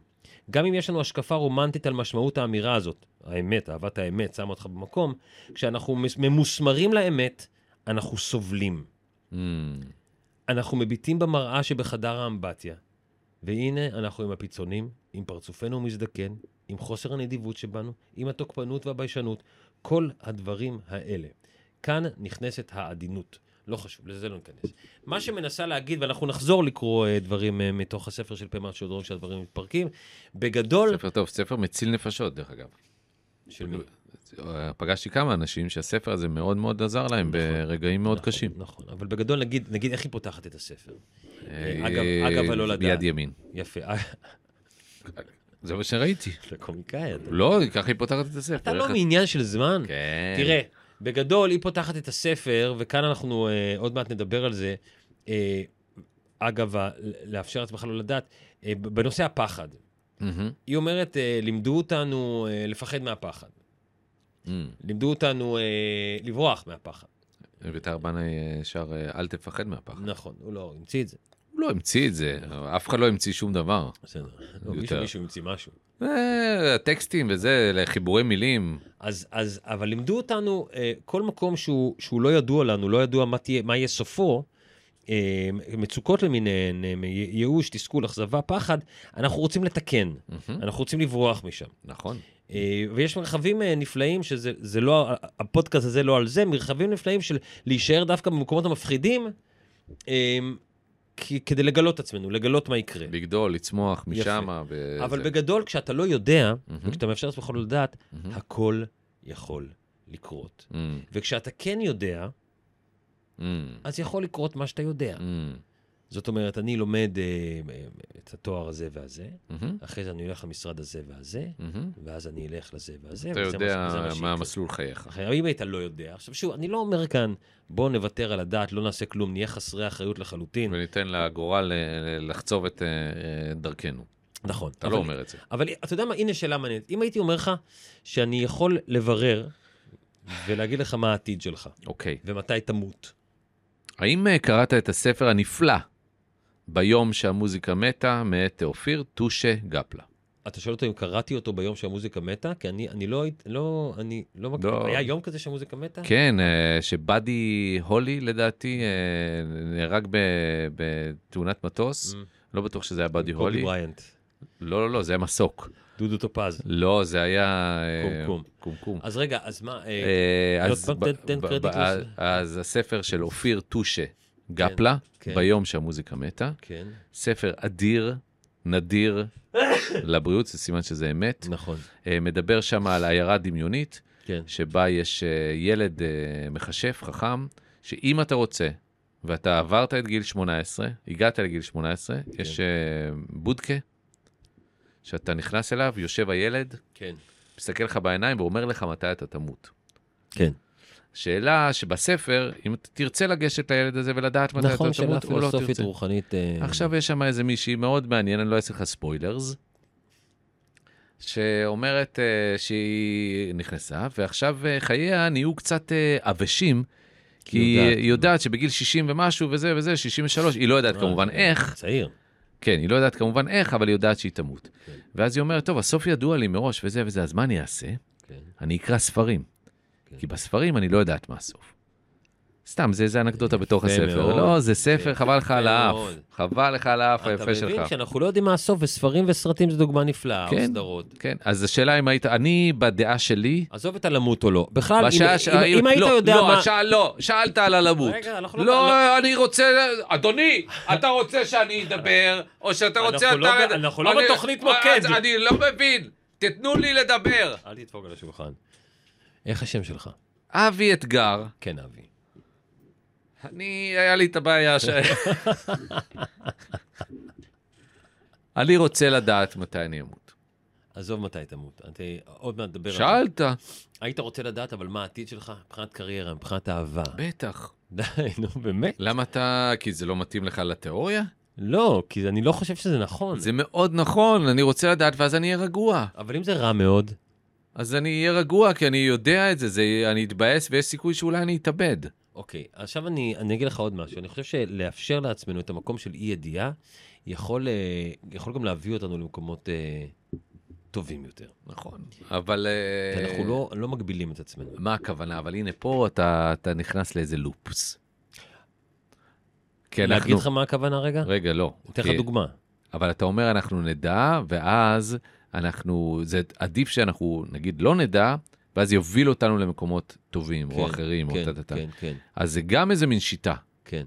Speaker 3: גם אם יש לנו השקפה רומנטית על משמעות האמירה הזאת, האמת, אהבת האמת שמה אותך במקום, כשאנחנו מס- ממוסמרים לאמת, אנחנו סובלים.
Speaker 2: אמ,
Speaker 3: אנחנו מביטים במראה שבחדר האמבטיה, והנה אנחנו עם הפיצונים, עם פרצופנו המזדקן, עם חוסר הנדיבות שבנו, עם התוקפנות והביישנות, כל הדברים האלה. כאן נכנסת העדינות. לא חשוב, לזה לא ניכנס. מה שמנסה להגיד, ואנחנו נחזור לקרוא אה, דברים אה, מתוך הספר של פמר שיודרון, שהדברים מתפרקים, בגדול...
Speaker 2: ספר טוב, ספר מציל נפשות, דרך אגב. אה,
Speaker 3: של מי?
Speaker 2: פגשתי כמה אנשים שהספר הזה מאוד מאוד עזר להם ברגעים מאוד
Speaker 3: נכון,
Speaker 2: קשים.
Speaker 3: נכון, אבל בגדול נגיד, נגיד איך היא פותחת את הספר.
Speaker 2: אה,
Speaker 3: אגב- אגב, הלא לדעת.
Speaker 2: יד ימין.
Speaker 3: יפה, אה,
Speaker 2: זה מה שראיתי.
Speaker 3: אתה קומיקאי. אתה-
Speaker 2: לא, ככה היא פותחת את הספר.
Speaker 3: אתה
Speaker 2: איך
Speaker 3: לא מעניין של זמן.
Speaker 2: כן.
Speaker 3: תראה, בגדול, היא פותחת את הספר, וכאן אנחנו אה, עוד מעט נדבר על זה. אה, אגב, ה- לאפשר לעצמך לא לדעת, אה, ב- בנושא הפחד.
Speaker 2: מהמם.
Speaker 3: היא אומרת, אה, לימדו אותנו אה, לפחד מהפחד.
Speaker 2: אמ.
Speaker 3: לימדו אותנו אה, לברוח מהפחד.
Speaker 2: אביתר בנאי אה, שר אה, אל תפחד מהפחד.
Speaker 3: נכון, הוא לא המציא את זה.
Speaker 2: הוא לא המציא את זה, אף אחד לא המציא שום דבר.
Speaker 3: בסדר. לא,
Speaker 2: יותר.
Speaker 3: מישהו מישהו המציא משהו.
Speaker 2: אה, הטקסטים וזה, חיבורי מילים.
Speaker 3: אז, אז, אבל לימדו אותנו, אה, כל מקום שהוא, שהוא לא ידוע לנו, לא ידוע מה, תהיה, מה יהיה סופו, אה, מצוקות למיניהן, אה, י- ייאוש, תסכול, אכזבה, פחד, אנחנו רוצים לתקן,
Speaker 2: מהמם.
Speaker 3: אנחנו רוצים לברוח משם.
Speaker 2: נכון.
Speaker 3: אה, ויש מרחבים אה, נפלאים, שזה זה לא, הפודקאסט הזה לא על זה, מרחבים נפלאים של להישאר דווקא במקומות המפחידים, אה, כ- כדי לגלות עצמנו, לגלות מה יקרה.
Speaker 2: לגדול, לצמוח משם. וזה.
Speaker 3: אבל בגדול, כשאתה לא יודע,
Speaker 2: אה, מהמם.
Speaker 3: וכשאתה מאפשר לעצמך לא לדעת,
Speaker 2: מהמם.
Speaker 3: הכל יכול לקרות.
Speaker 2: אמ,
Speaker 3: וכשאתה כן יודע,
Speaker 2: אמ,
Speaker 3: אז יכול לקרות מה שאתה יודע.
Speaker 2: אמ,
Speaker 3: זאת אומרת, אני לומד אה, אה, את התואר הזה והזה,
Speaker 2: מהמם.
Speaker 3: אחרי זה אני הולך למשרד הזה והזה,
Speaker 2: מהמם.
Speaker 3: ואז אני אלך לזה והזה.
Speaker 2: אתה
Speaker 3: וזה
Speaker 2: יודע
Speaker 3: ש- כן, זה
Speaker 2: מה
Speaker 3: שיקרה.
Speaker 2: מסלול חייך.
Speaker 3: אחרי, אבל אם היית לא יודע, עכשיו שוב, אני לא אומר כאן, בוא נוותר על הדעת, לא נעשה כלום, נהיה חסרי אחריות לחלוטין.
Speaker 2: וניתן לגורל אה, לחצוב את אה, אה, דרכנו.
Speaker 3: נכון.
Speaker 2: אתה
Speaker 3: אבל-
Speaker 2: לא אומר את זה.
Speaker 3: אבל אתה יודע מה, הנה שאלה מעניינת. אם הייתי אומר לך שאני יכול לברר ולהגיד לך מה העתיד שלך,
Speaker 2: אוקיי.
Speaker 3: ומתי תמות.
Speaker 2: האם אה, קראת את הספר הנפלא, ביום שהמוזיקה מתה, מאת אופיר טושה גפלה?
Speaker 3: אתה שואל אותו אם קראתי אותו ביום שהמוזיקה מתה? כי אני, אני לא הייתי, לא, אני לא מכיר.
Speaker 2: לא.
Speaker 3: היה יום כזה שהמוזיקה מתה?
Speaker 2: כן, אה, שבאדי הולי, לדעתי, אה, נהרג ב- בתאונת מטוס. לא בטוח שזה היה באדי
Speaker 3: Mm. קובי
Speaker 2: הולי.
Speaker 3: בריינט,
Speaker 2: לא, לא, לא, זה היה מסוק.
Speaker 3: דודו טופז.
Speaker 2: לא, זה היה... אה,
Speaker 3: קומקום.
Speaker 2: קומקום.
Speaker 3: אז רגע, אז מה, אה,
Speaker 2: אה,
Speaker 3: לא,
Speaker 2: אז
Speaker 3: תן-
Speaker 2: ב-
Speaker 3: תן
Speaker 2: ב-
Speaker 3: קרדיט
Speaker 2: ב-
Speaker 3: לזה.
Speaker 2: אז הספר של אופיר טושה גפלה,
Speaker 3: כן.
Speaker 2: ביום שהמוזיקה מתה.
Speaker 3: כן,
Speaker 2: ספר אדיר, נדיר לבריאות, זה סימן שזה אמת.
Speaker 3: נכון,
Speaker 2: אה, מדבר שם על עיירה דמיונית,
Speaker 3: כן,
Speaker 2: שבה יש אה, ילד אה, מכשף, חכם, שאם אתה רוצה, ואתה עברת את גיל 18, הגעת לגיל 18,
Speaker 3: כן.
Speaker 2: יש אה, בודקה, שאתה נכנס אליו, יושב הילד,
Speaker 3: כן,
Speaker 2: מסתכל לך בעיניים ואומר לך מתי אתה תמות.
Speaker 3: כן.
Speaker 2: שאלה שבספר, אם אתה תרצה לגשת לילד הזה ולדעת מתי
Speaker 3: נכון,
Speaker 2: אתה
Speaker 3: שאלה
Speaker 2: תמות או לא
Speaker 3: פילוסופית
Speaker 2: תרצה.
Speaker 3: רוחנית. אה,
Speaker 2: עכשיו יש שם איזה מישהי מאוד מעניין, אני לא אעשה לך ספוילרס, שאומרת אה, שהיא נכנסה, ועכשיו אה, חייה נהיו קצת אה, עבשים, כי
Speaker 3: היא יודעת.
Speaker 2: היא יודעת שבגיל 60 ומשהו וזה וזה, 63, היא לא יודעת
Speaker 3: אה,
Speaker 2: כמובן
Speaker 3: אה,
Speaker 2: איך,
Speaker 3: צעיר.
Speaker 2: כן, היא לא יודעת כמובן איך, אבל היא יודעת שהיא תמות.
Speaker 3: כן.
Speaker 2: ואז היא אומרת, טוב, הסוף ידוע לי מראש וזה וזה, אז מה אני אעשה?
Speaker 3: כן.
Speaker 2: אני אקרא ספרים.
Speaker 3: כן.
Speaker 2: כי בספרים אני לא יודעת מה הסוף. סתם, זה, זה אנקדוטה בתוך
Speaker 3: יפה
Speaker 2: הספר.
Speaker 3: מאוד.
Speaker 2: לא, זה ספר,
Speaker 3: יפה
Speaker 2: חבל לך על האף.
Speaker 3: מאוד.
Speaker 2: חבל לך על האף
Speaker 3: אתה
Speaker 2: היפה שלך.
Speaker 3: מבין שאנחנו לא יודעים מה הסוף, וספרים וסרטים זו דוגמה נפלאה, או
Speaker 2: כן.
Speaker 3: סדרות.
Speaker 2: כן, אז השאלה אם היית, אני בדעה שלי,
Speaker 3: עזוב את הלמות או לא. בכלל, אם-
Speaker 2: בשעה
Speaker 3: אם-
Speaker 2: ש-
Speaker 3: אם היית
Speaker 2: לא,
Speaker 3: יודע
Speaker 2: לא,
Speaker 3: מה...
Speaker 2: שאל- לא, שאלת על הלמות.
Speaker 3: רגע, אנחנו לא-
Speaker 2: לא, אני רוצה, אדוני, אתה רוצה שאני אדבר, או שאתה
Speaker 3: אנחנו
Speaker 2: רוצה...
Speaker 3: לא
Speaker 2: אתה-
Speaker 3: ב- אנחנו לא
Speaker 2: אני-
Speaker 3: בתוכנית מוקד.
Speaker 2: אז אני לא מבין, תתנו לי לדבר.
Speaker 3: אל תדפוק על השולחן. איך השם שלך?
Speaker 2: אבי אתגר,
Speaker 3: כן, אבי.
Speaker 2: אני, היה לי את הבעיה ש... אני רוצה לדעת מתי אני אמות.
Speaker 3: עזוב מתי תמות. אתה- עוד מעט נדבר על זה.
Speaker 2: שאלת,
Speaker 3: היית רוצה לדעת, אבל מה העתיד שלך? מבחינת קריירה, מבחינת אהבה.
Speaker 2: בטח.
Speaker 3: די, נו, באמת?
Speaker 2: למה אתה, כי זה לא מתאים לך לתיאוריה?
Speaker 3: לא, כי אני לא חושב שזה נכון.
Speaker 2: זה מאוד נכון, אני רוצה לדעת ואז אני אהיה רגוע.
Speaker 3: אבל אם זה רע מאוד,
Speaker 2: אז אני אהיה רגוע, כי אני יודע את זה, זה אני אתבאס ויש סיכוי שאולי אני אתאבד.
Speaker 3: אוקיי, עכשיו אני, אני אגיד לך עוד משהו. אני חושב שלאפשר לעצמנו את המקום של אי-ידיעה, יכול, אה, יכול גם להביא אותנו למקומות אה, טובים יותר.
Speaker 2: נכון. אבל... אה,
Speaker 3: כי אנחנו לא, לא מגבילים את עצמנו.
Speaker 2: מה הכוונה? אבל הנה פה אתה, אתה נכנס לאיזה לופס. כי אנחנו...
Speaker 3: להגיד לך מה הכוונה רגע?
Speaker 2: רגע, לא.
Speaker 3: אתן לך
Speaker 2: כי-
Speaker 3: דוגמה.
Speaker 2: אבל אתה אומר אנחנו נדע, ואז אנחנו... זה עדיף שאנחנו נגיד לא נדע, ואז יוביל אותנו למקומות טובים, או
Speaker 3: כן,
Speaker 2: אחרים, או
Speaker 3: כן,
Speaker 2: טה-טה-טה.
Speaker 3: כן, כן,
Speaker 2: אז זה גם איזה מין שיטה.
Speaker 3: כן.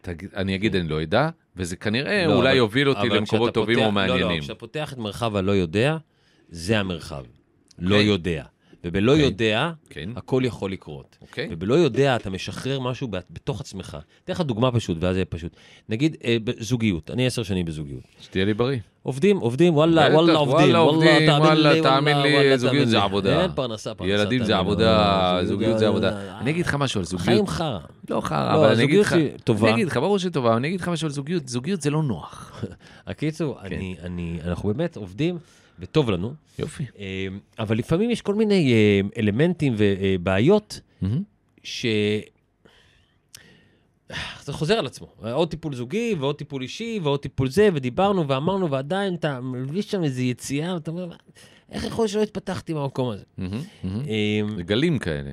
Speaker 2: תגיד- אני אגיד, אני לא אדע, וזה כנראה
Speaker 3: לא,
Speaker 2: אולי
Speaker 3: אבל-
Speaker 2: יוביל אותי
Speaker 3: אבל
Speaker 2: למקומות
Speaker 3: כשאתה
Speaker 2: טובים
Speaker 3: פותח-
Speaker 2: או
Speaker 3: לא, לא,
Speaker 2: מעניינים.
Speaker 3: כשאתה פותח את מרחב הלא יודע, זה המרחב. לא
Speaker 2: אוקיי.
Speaker 3: יודע. ובלא יודע,
Speaker 2: כן.
Speaker 3: הכל יכול לקרות.
Speaker 2: אוקיי.
Speaker 3: ובלא יודע, אתה משחרר משהו בת- בתוך עצמך. אתן לך דוגמה פשוט, ואז זה יהיה פשוט. נגיד, אה, זוגיות, אני עשר שנים בזוגיות.
Speaker 2: שתהיה לי בריא.
Speaker 3: עובדים, עוברים, וואלה,
Speaker 2: בטח,
Speaker 3: וואלה, עובדים,
Speaker 2: וואלה, עובדים,
Speaker 3: וואלה,
Speaker 2: וואלה,
Speaker 3: תאמין לי,
Speaker 2: תאמין לי,
Speaker 3: וואלה,
Speaker 2: זוגיות
Speaker 3: תאמין
Speaker 2: זה
Speaker 3: לי.
Speaker 2: עבודה.
Speaker 3: אין פרנסה, פרנסה.
Speaker 2: ילדים זה
Speaker 3: תאמין לי,
Speaker 2: עבודה,
Speaker 3: וואלה,
Speaker 2: זוגיות זה עבודה.
Speaker 3: אה,
Speaker 2: אני אגיד לך משהו על זוגיות.
Speaker 3: חיים חרא.
Speaker 2: לא חרא,
Speaker 3: לא,
Speaker 2: אבל אני אגיד
Speaker 3: הזוגיות
Speaker 2: לך...
Speaker 3: היא טובה.
Speaker 2: אני אגיד לך, ברור שהיא טובה, אבל אני אגיד לך משהו על זוגיות. זוגיות זה לא נוח.
Speaker 3: הקיצור,
Speaker 2: כן.
Speaker 3: אני, אני, אנחנו באמת עובדים, וטוב לנו,
Speaker 2: יופי.
Speaker 3: אה, אבל לפעמים יש כל מיני אה, אלמנטים אה, ובעיות ש... זה חוזר על עצמו. עוד טיפול זוגי, ועוד טיפול אישי, ועוד טיפול זה, ודיברנו ואמרנו, ועדיין אתה מרגיש שם איזו יציאה, ואתה אומר, איך יכול להיות שלא התפתחתי במקום
Speaker 2: Mm-hmm.
Speaker 3: הזה? אה,
Speaker 2: זה גלים כאלה.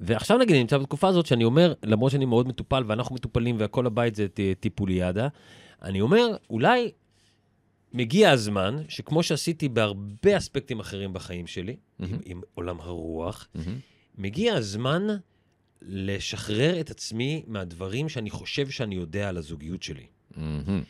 Speaker 3: ועכשיו נגיד, אני נמצא בתקופה הזאת שאני אומר, למרות שאני מאוד מטופל, ואנחנו מטופלים, והכל הבית זה ט- טיפוליאדה, אני אומר, אולי מגיע הזמן, שכמו שעשיתי בהרבה אספקטים אחרים בחיים שלי, עם, עם עולם הרוח, מגיע הזמן לשחרר את עצמי מהדברים שאני חושב שאני יודע על הזוגיות שלי.
Speaker 2: מהמם,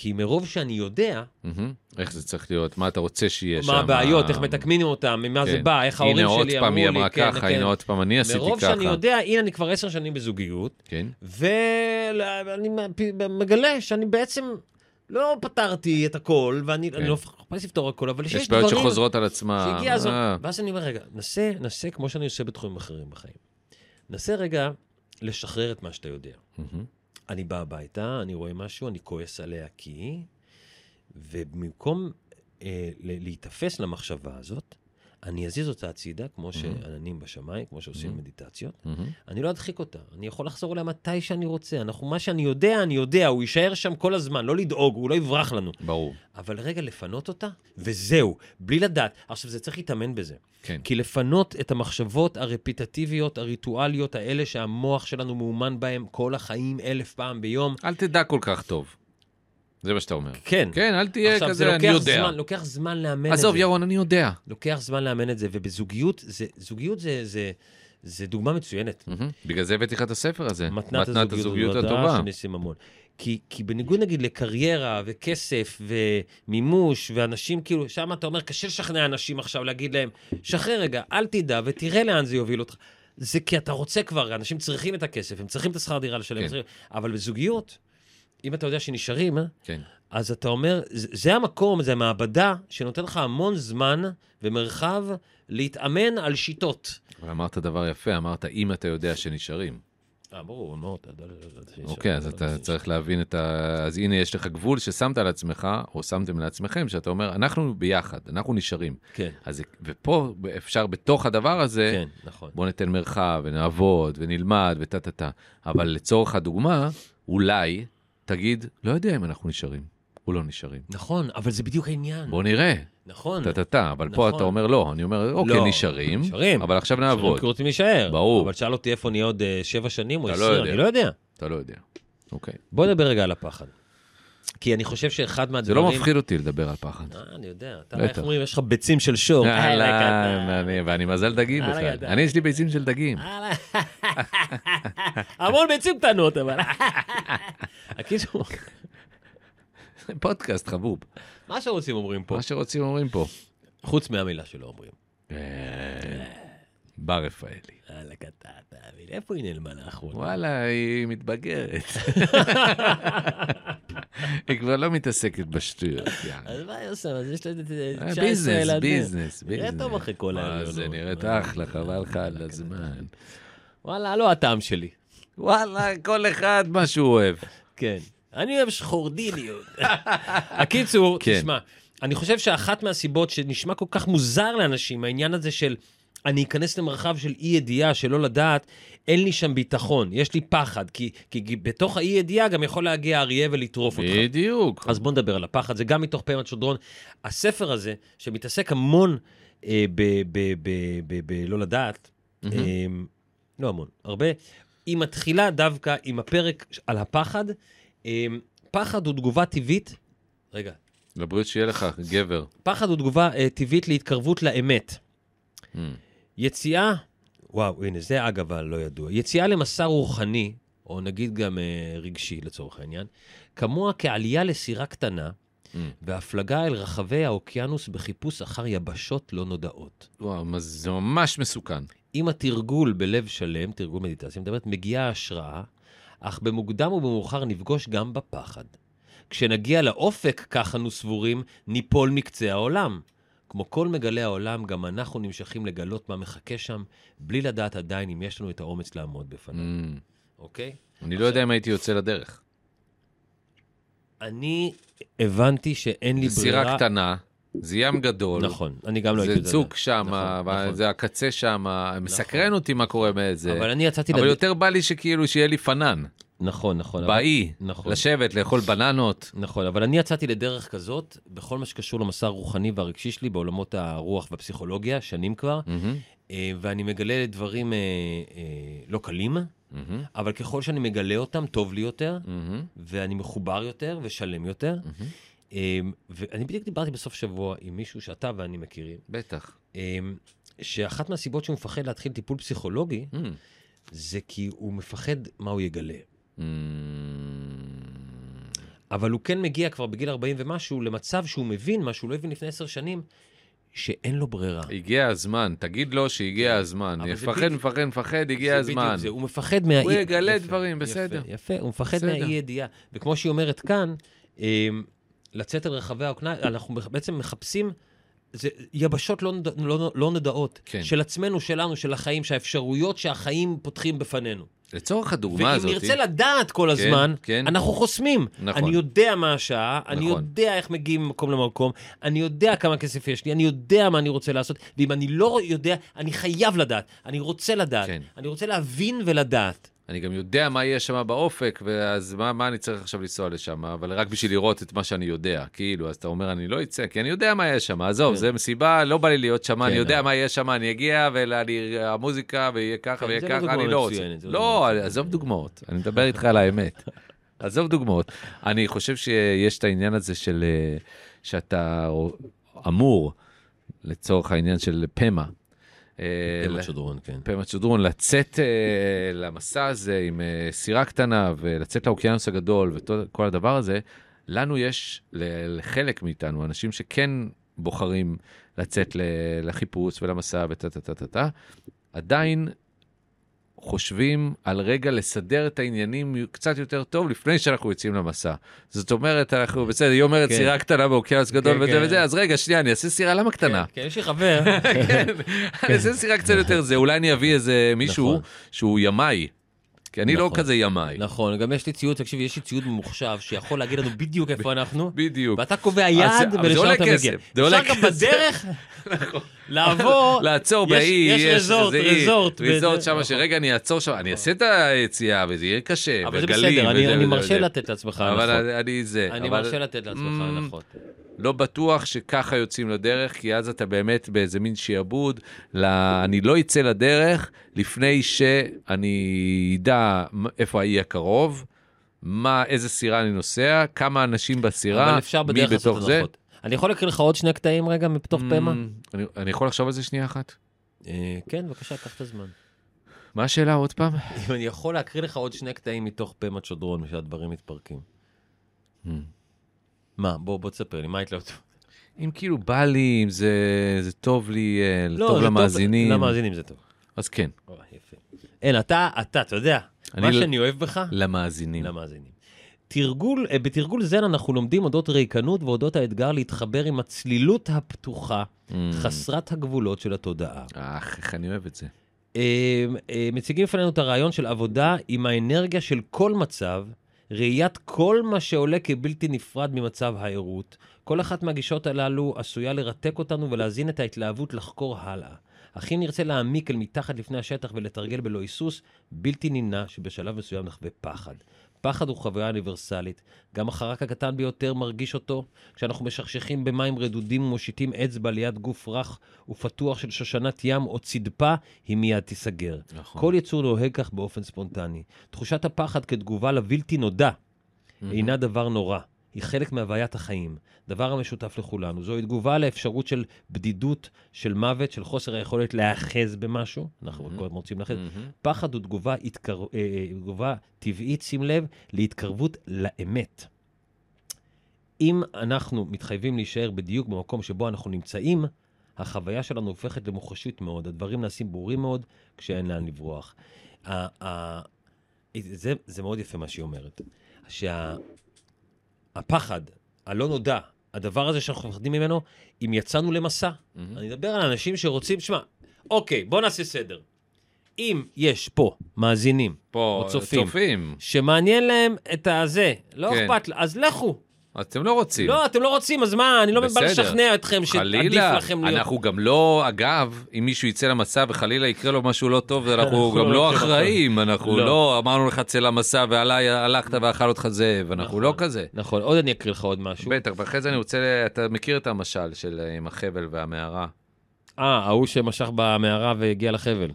Speaker 3: כי מרוב שאני יודע,
Speaker 2: מהמם. איך זה צריך להיות? מה אתה רוצה שיהיה שם?
Speaker 3: מה הבעיות, איך מתקנים אותם, ממה זה
Speaker 2: כן.
Speaker 3: בא, איך ההורים שלי
Speaker 2: הנה
Speaker 3: אמרו
Speaker 2: עוד
Speaker 3: לי,
Speaker 2: פעם היא אמרה
Speaker 3: כן,
Speaker 2: ככה,
Speaker 3: כן.
Speaker 2: הנה עוד פעם אני עשיתי
Speaker 3: מרוב
Speaker 2: ככה.
Speaker 3: שאני יודע, הנה אני כבר עשר שנים בזוגיות,
Speaker 2: כן.
Speaker 3: ואני מגלה שאני בעצם לא פתרתי את הכל, ואני אני לא מחפש לפתור הכל, אבל שיש
Speaker 2: כן. יש
Speaker 3: דברים
Speaker 2: בעיות שחוזרות על עצמן.
Speaker 3: שהגיע
Speaker 2: אה,
Speaker 3: הזמן. ואז אני אומר, רגע, נסה, נסה כמו שאני עושה בתחומים אחרים בחיים. נסה רגע לשחרר את מה שאתה יודע.
Speaker 2: מהמם.
Speaker 3: אני בא הביתה, אני רואה משהו, אני כועס עליה כי... ובמקום אה, ל- להיתפס למחשבה הזאת, אני אזיז אותה הצידה, כמו שעננים בשמיים, כמו שעושים מדיטציות,
Speaker 2: מהמם.
Speaker 3: אני לא אדחיק אותה, אני יכול לחזור אליה מתי שאני רוצה. אנחנו, מה שאני יודע, אני יודע, הוא יישאר שם כל הזמן, לא לדאוג, הוא לא יברח לנו.
Speaker 2: ברור.
Speaker 3: אבל רגע, לפנות אותה, וזהו, בלי לדעת. עכשיו, זה צריך להתאמן בזה.
Speaker 2: כן.
Speaker 3: כי לפנות את המחשבות הרפיטטיביות, הריטואליות האלה שהמוח שלנו מאומן בהן כל החיים אלף פעם ביום.
Speaker 2: אל תדע כל כך טוב. זה מה שאתה אומר.
Speaker 3: כן.
Speaker 2: כן, אל תהיה
Speaker 3: עכשיו, זה
Speaker 2: כזה, אני
Speaker 3: לוקח
Speaker 2: יודע.
Speaker 3: זמן, לא לוקח זמן לאמן את זה.
Speaker 2: עזוב, ירון, אני יודע.
Speaker 3: לוקח זמן לאמן את זה, ובזוגיות, זה, זוגיות זה, זה, זה דוגמה מצוינת.
Speaker 2: מהמם. בגלל זה הבאתי לך את הספר הזה.
Speaker 3: מתנת, מתנת הזוגיות הטובה של ניסים ממון. כי, כי בניגוד נגיד לקריירה וכסף ומימוש ואנשים כאילו, שם אתה אומר, קשה לשכנע אנשים עכשיו להגיד להם, שחרר רגע, אל תדע ותראה לאן זה יוביל אותך. זה כי אתה רוצה כבר, אנשים צריכים את הכסף, הם צריכים את השכר דירה לשלם,
Speaker 2: כן.
Speaker 3: כן. אבל בזוגיות, אם אתה יודע שנשארים, אה,
Speaker 2: כן.
Speaker 3: אז אתה אומר, זה זה המקום, זה המעבדה שנותן לך המון זמן ומרחב להתאמן על שיטות.
Speaker 2: אבל אמרת דבר יפה, אמרת, אם אתה יודע שנשארים.
Speaker 3: אה, ברור, מאוד.
Speaker 2: אוקיי, אז אתה צריך להבין את ה... אז הנה, יש לך גבול ששמת על עצמך, או שמתם לעצמכם, שאתה אומר, אנחנו ביחד, אנחנו נשארים.
Speaker 3: כן,
Speaker 2: אז זה- ופה אפשר בתוך הדבר הזה,
Speaker 3: כן, נכון.
Speaker 2: בוא ניתן מרחב ונעבוד ונלמד ותה תה תה. אבל לצורך הדוגמה, אולי תגיד, לא יודע אם אנחנו נשארים או לא נשארים.
Speaker 3: נכון, אבל זה בדיוק העניין.
Speaker 2: בוא נראה.
Speaker 3: נכון.
Speaker 2: טה-טה-טה, אבל פה
Speaker 3: נכון.
Speaker 2: אתה אומר לא, אני אומר, אוקיי,
Speaker 3: לא,
Speaker 2: נשארים,
Speaker 3: נשארים.
Speaker 2: אבל עכשיו נעבוד.
Speaker 3: כי רוצים להישאר.
Speaker 2: ברור.
Speaker 3: אבל שאל אותי איפה נהיה עוד אה, שבע שנים או
Speaker 2: אתה לא
Speaker 3: עשרים,
Speaker 2: יודע.
Speaker 3: אני לא יודע.
Speaker 2: אתה לא יודע. אוקיי.
Speaker 3: בוא נדבר רגע על הפחד. כי אני חושב שאחד
Speaker 2: זה
Speaker 3: מהדברים...
Speaker 2: לא מפחיד אותי לדבר על פחד.
Speaker 3: אה, אני יודע. אתה,
Speaker 2: בטח.
Speaker 3: איך אומרים, יש לך ביצים של שור. אה,
Speaker 2: אהלן, אני- ואני מזל דגים
Speaker 3: אהלן,
Speaker 2: בכלל.
Speaker 3: גדל.
Speaker 2: אני, יש לי ביצים של דגים.
Speaker 3: אהלן. אה, המון ביצים קטנות, אבל. הקיצור,
Speaker 2: פודקאסט חבוב.
Speaker 3: אה? מה שרוצים אומרים פה,
Speaker 2: מה שרוצים אומרים פה.
Speaker 3: חוץ מהמילה שלא אומרים.
Speaker 2: בר רפאלי.
Speaker 3: יאללה, קטן, תאמין, איפה היא נעלמה לאחרונה?
Speaker 2: וואלה, היא מתבגרת. היא כבר לא מתעסקת בשטויות. יאללה.
Speaker 3: אז מה היא עושה? אז יש לה את
Speaker 2: אה,
Speaker 3: 19
Speaker 2: ביזנס,
Speaker 3: ילדים.
Speaker 2: ביזנס,
Speaker 3: נראה
Speaker 2: ביזנס.
Speaker 3: טוב אחרי כל
Speaker 2: מה
Speaker 3: ההריונות.
Speaker 2: זה נראית אחלה, חבל לך על הזמן.
Speaker 3: וואלה, לא הטעם שלי.
Speaker 2: וואלה, כל אחד מה שהוא אוהב.
Speaker 3: כן. אני אוהב שחורדיניות. הקיצור,
Speaker 2: כן.
Speaker 3: תשמע, אני חושב שאחת מהסיבות שנשמע כל כך מוזר לאנשים, העניין הזה של אני אכנס למרחב של אי ידיעה, שלא לדעת, אין לי שם ביטחון, יש לי פחד, כי, כי כי בתוך האי ידיעה גם יכול להגיע אריה ולטרוף אותך.
Speaker 2: בדיוק.
Speaker 3: אז בוא נדבר על הפחד, זה גם מתוך פעימת שודרון. הספר הזה, שמתעסק המון אה, ב... ב... ב... ב... ב... לא לדעת, אה, לא המון, הרבה, היא מתחילה דווקא עם הפרק ש- על הפחד. אה, פחד הוא תגובה טבעית, רגע,
Speaker 2: לבריאות שיהיה לך, גבר.
Speaker 3: פחד הוא תגובה אה, טבעית להתקרבות לאמת.
Speaker 2: Mm.
Speaker 3: יציאה, וואו, הנה, זה אגב הלא ידוע. יציאה למסע רוחני, או נגיד גם אה, רגשי לצורך העניין, כמוה כעלייה לסירה קטנה,
Speaker 2: Mm.
Speaker 3: אה. והפלגה אל רחבי האוקיינוס בחיפוש אחר יבשות לא נודעות.
Speaker 2: וואו, מה זה זה ממש מסוכן.
Speaker 3: עם התרגול בלב שלם, תרגול מדיטציה, מדברת, מגיעה ההשראה, אך במוקדם ובמאוחר נפגוש גם בפחד. כשנגיע לאופק, כך אנו סבורים, ניפול מקצה העולם. כמו כל מגלי העולם, גם אנחנו נמשכים לגלות מה מחכה שם, בלי לדעת עדיין אם יש לנו את האומץ לעמוד בפניו,
Speaker 2: Mm.
Speaker 3: אוקיי?
Speaker 2: אני לא יודע אם הייתי יוצא לדרך.
Speaker 3: אני הבנתי שאין לי
Speaker 2: זה
Speaker 3: ברירה...
Speaker 2: סירה קטנה, זה ים גדול.
Speaker 3: נכון, אני גם לא הייתי
Speaker 2: זה
Speaker 3: יודע.
Speaker 2: צוק שם,
Speaker 3: נכון,
Speaker 2: אבל
Speaker 3: נכון.
Speaker 2: זה הקצה שם, מסקרן אותי מה קורה בזה.
Speaker 3: אבל אני יצאתי...
Speaker 2: אבל
Speaker 3: לד-
Speaker 2: יותר בא לי שכאילו שיהיה לי פנן,
Speaker 3: נכון, נכון. אבל-
Speaker 2: באי,
Speaker 3: נכון.
Speaker 2: לשבת, לאכול בננות.
Speaker 3: נכון, אבל אני יצאתי לדרך כזאת, בכל מה שקשור למסע הרוחני והרגשי שלי בעולמות הרוח והפסיכולוגיה, שנים כבר,
Speaker 2: מהמם,
Speaker 3: אה, ואני מגלה דברים אה, אה, לא קלים,
Speaker 2: מהמם,
Speaker 3: אבל ככל שאני מגלה אותם, טוב לי יותר,
Speaker 2: מהמם.
Speaker 3: ואני מחובר יותר ושלם יותר. אה, ואני בדיוק דיברתי בסוף שבוע עם מישהו שאתה ואני מכירים,
Speaker 2: בטח.
Speaker 3: אה, שאחת מהסיבות שהוא מפחד להתחיל טיפול פסיכולוגי,
Speaker 2: Mm.
Speaker 3: זה כי הוא מפחד מה הוא יגלה.
Speaker 2: Mm.
Speaker 3: אבל הוא כן מגיע כבר בגיל 40 ומשהו למצב שהוא מבין מה שהוא לא הבין לפני עשר שנים, שאין לו ברירה.
Speaker 2: הגיע הזמן, תגיד לו שהגיע הזמן.
Speaker 3: כן. אבל זה
Speaker 2: יפחד,
Speaker 3: בדיוק-
Speaker 2: מפחד, מפחד, הגיע
Speaker 3: זה
Speaker 2: הזמן.
Speaker 3: בדיוק זה, הוא מפחד מה...
Speaker 2: הוא יגלה
Speaker 3: יפה,
Speaker 2: דברים,
Speaker 3: יפה,
Speaker 2: בסדר.
Speaker 3: יפה, הוא מפחד
Speaker 2: בסדר.
Speaker 3: מהאי ידיעה. וכמו שהיא אומרת כאן, אמ, לצאת אל רחבי האוקנה, אנחנו מח- בעצם מחפשים... זה יבשות לא, נודע, לא, לא נודעות,
Speaker 2: כן.
Speaker 3: של עצמנו, שלנו, של החיים, שהאפשרויות שהחיים פותחים בפנינו.
Speaker 2: לצורך הדוגמה
Speaker 3: ואם
Speaker 2: הזאת,
Speaker 3: נרצה לדעת כל הזמן,
Speaker 2: כן.
Speaker 3: אנחנו חוסמים.
Speaker 2: נכון.
Speaker 3: אני יודע מה השעה, אני
Speaker 2: נכון.
Speaker 3: יודע איך מגיעים ממקום למקום, אני יודע כמה כסף יש לי, אני יודע מה אני רוצה לעשות, ואם אני לא יודע, אני חייב לדעת, אני רוצה לדעת,
Speaker 2: כן.
Speaker 3: אני רוצה להבין ולדעת.
Speaker 2: אני גם יודע מה יהיה שם באופק, ואז מה, מה אני צריך עכשיו לנסוע לשם, אבל רק בשביל לראות את מה שאני יודע. כאילו, אז אתה אומר, אני לא אצא, כי אני יודע מה יהיה שם. עזוב,
Speaker 3: כן.
Speaker 2: זו מסיבה, לא בא לי להיות שם, אני
Speaker 3: כן,
Speaker 2: יודע
Speaker 3: אבל-
Speaker 2: מה יהיה שם, אני אגיע, והמוזיקה, ויהיה ככה
Speaker 3: כן,
Speaker 2: ויהיה
Speaker 3: זה לא
Speaker 2: ככה,
Speaker 3: דוגמה
Speaker 2: אני לא רוצה.
Speaker 3: מצוינת, זה לא
Speaker 2: לא,
Speaker 3: דוגמה מצוינת.
Speaker 2: עזוב דוגמאות, אני מדבר איתך על האמת. עזוב דוגמאות. אני חושב שיש את העניין הזה של, אה, שאתה אמור, לצורך העניין של פמ"א. אה, ל-
Speaker 3: שודרון, כן.
Speaker 2: פעמת שודרון, לצאת אה, למסע הזה עם אה, סירה קטנה ולצאת לאוקיינוס הגדול וכל הדבר הזה, לנו יש, ל- לחלק מאיתנו, אנשים שכן בוחרים לצאת ל- לחיפוש ולמסע וטה טה טה טה טה, עדיין חושבים על רגע לסדר את העניינים קצת יותר טוב לפני שאנחנו יוצאים למסע. זאת אומרת, אנחנו בסדר, היא אומרת
Speaker 3: כן.
Speaker 2: סירה קטנה באוקיינוס גדול
Speaker 3: כן,
Speaker 2: וזה
Speaker 3: כן.
Speaker 2: וזה, אז רגע, שנייה, אני אעשה סירה, למה קטנה?
Speaker 3: כן, יש לי חבר.
Speaker 2: כן, אני אעשה סירה קצת יותר זה, אולי אני אביא איזה מישהו
Speaker 3: נכון.
Speaker 2: שהוא ימאי. כי אני לא
Speaker 3: נכון.
Speaker 2: כזה ימאי.
Speaker 3: נכון, גם יש לי ציוד, תקשיב, יש לי ציוד ממוחשב שיכול להגיד לנו בדיוק איפה אנחנו,
Speaker 2: בדיוק.
Speaker 3: ואתה קובע
Speaker 2: אז-
Speaker 3: יעד
Speaker 2: אבל זה
Speaker 3: ולשם
Speaker 2: עולה
Speaker 3: אתה
Speaker 2: כסף,
Speaker 3: מגיע.
Speaker 2: זה עולה
Speaker 3: אפשר גם
Speaker 2: כסף. נכון.
Speaker 3: בדרך לעבור,
Speaker 2: לעצור
Speaker 3: יש-
Speaker 2: באי,
Speaker 3: יש רזורט,
Speaker 2: איזה אי,
Speaker 3: רזורט,
Speaker 2: ריזורט
Speaker 3: וזה-
Speaker 2: שם, שרגע אני אעצור שם, אני אעשה את היציאה וזה יהיה קשה,
Speaker 3: אבל זה
Speaker 2: וגלים
Speaker 3: בסדר, אני-
Speaker 2: וזה
Speaker 3: אני
Speaker 2: וזה
Speaker 3: מרשה
Speaker 2: וזה.
Speaker 3: לתת לעצמך
Speaker 2: אבל
Speaker 3: הנחות.
Speaker 2: אני זה.
Speaker 3: אני
Speaker 2: אבל-
Speaker 3: מרשה לתת לעצמך נכון.
Speaker 2: Mm,
Speaker 3: הנחות.
Speaker 2: לא בטוח שככה יוצאים לדרך, כי אז אתה באמת באיזה מין שיעבוד, ל... אני לא אצא לדרך לפני שאני אדע איפה האי הקרוב, מה, איזה סירה אני נוסע, כמה אנשים בסירה,
Speaker 3: אבל אפשר
Speaker 2: מי
Speaker 3: בדרך
Speaker 2: בתוך
Speaker 3: לעשות
Speaker 2: זה.
Speaker 3: הנחות. אני יכול להקריא לך עוד שני קטעים רגע מתוך פמה?
Speaker 2: Mm, אני, אני יכול לחשוב על זה שנייה אחת?
Speaker 3: אה, כן, בבקשה, קח את הזמן.
Speaker 2: מה השאלה עוד פעם?
Speaker 3: אם אני יכול להקריא לך עוד שני קטעים מתוך פמת שודרון, כשהדברים מתפרקים. Mm. מה, בוא, בוא תספר לי, מה היית לא טוב?
Speaker 2: אם כאילו בא לי, אם זה, זה טוב לי, אה,
Speaker 3: לא,
Speaker 2: טוב
Speaker 3: זה
Speaker 2: למאזינים,
Speaker 3: למאזינים זה טוב.
Speaker 2: אז כן,
Speaker 3: אוי, יפה. אין, אתה, אתה, אתה יודע,
Speaker 2: אני
Speaker 3: מה
Speaker 2: לא-
Speaker 3: שאני אוהב בך,
Speaker 2: למאזינים.
Speaker 3: למאזינים. תרגול, אה, בתרגול זן אנחנו לומדים אודות ריקנות ואודות האתגר להתחבר עם הצלילות הפתוחה,
Speaker 2: Mm.
Speaker 3: חסרת הגבולות של התודעה.
Speaker 2: אך, איך אני אוהב את זה.
Speaker 3: אה, אה, מציגים בפנינו את הרעיון של עבודה עם האנרגיה של כל מצב, ראיית כל מה שעולה כבלתי נפרד ממצב הערות. כל אחת מהגישות הללו עשויה לרתק אותנו ולהזין את ההתלהבות לחקור הלאה. אך אם נרצה להעמיק אל מתחת לפני השטח ולתרגל בלא היסוס, בלתי נמנע שבשלב מסוים נחווה פחד. פחד הוא חוויה אוניברסלית. גם החרק הקטן ביותר מרגיש אותו כשאנחנו משכשכים במים רדודים ומושיטים אצבע ליד גוף רך ופתוח של שושנת ים או צדפה, היא מיד תיסגר.
Speaker 2: נכון.
Speaker 3: כל יצור נוהג כך באופן ספונטני. תחושת הפחד כתגובה לבלתי נודע
Speaker 2: Mm.
Speaker 3: אינה דבר נורא. היא חלק מהוויית החיים, דבר המשותף לכולנו. זוהי תגובה לאפשרות של בדידות, של מוות, של חוסר היכולת להיאחז במשהו. אנחנו
Speaker 2: Mhm.
Speaker 3: כל הזמן רוצים להיאחז.
Speaker 2: מהמם.
Speaker 3: פחד הוא תגובה, התקר... אה, אה, תגובה טבעית, שים לב, להתקרבות לאמת. אם אנחנו מתחייבים להישאר בדיוק במקום שבו אנחנו נמצאים, החוויה שלנו הופכת למוחשית מאוד, הדברים נעשים ברורים מאוד כשאין לאן לברוח. ה- ה- זה, זה מאוד יפה מה שהיא אומרת, שהפחד, הלא נודע, הדבר הזה שאנחנו מפחדים ממנו, אם יצאנו למסע,
Speaker 2: מהמם.
Speaker 3: אני מדבר על אנשים שרוצים, שמע, אוקיי, בוא נעשה סדר. אם יש פה מאזינים
Speaker 2: פה,
Speaker 3: או צופים.
Speaker 2: צופים.
Speaker 3: שמעניין להם את הזה, לא
Speaker 2: כן.
Speaker 3: אכפת, לה, אז לכו.
Speaker 2: אז אתם לא רוצים.
Speaker 3: לא, אתם לא רוצים, אז מה, אני לא בא
Speaker 2: בסדר.
Speaker 3: לשכנע אתכם שעדיף
Speaker 2: חלילה,
Speaker 3: לכם להיות.
Speaker 2: אנחנו גם לא, אגב, אם מישהו יצא למסע וחלילה יקרה לו משהו לא טוב, אנחנו
Speaker 3: אנחנו
Speaker 2: גם
Speaker 3: לא
Speaker 2: לא
Speaker 3: לוקחים
Speaker 2: אחראים, אנחנו
Speaker 3: לא.
Speaker 2: לא אמרנו לך צא למסע והלכת ואכל אותך זאב, אנחנו
Speaker 3: נכון.
Speaker 2: לא כזה.
Speaker 3: נכון, עוד אני אקריא לך עוד משהו.
Speaker 2: בטח, ואחרי זה אני רוצה, ל- אתה מכיר את המשל של אה, עם החבל והמערה.
Speaker 3: אה, ההוא שמשך במערה והגיע לחבל.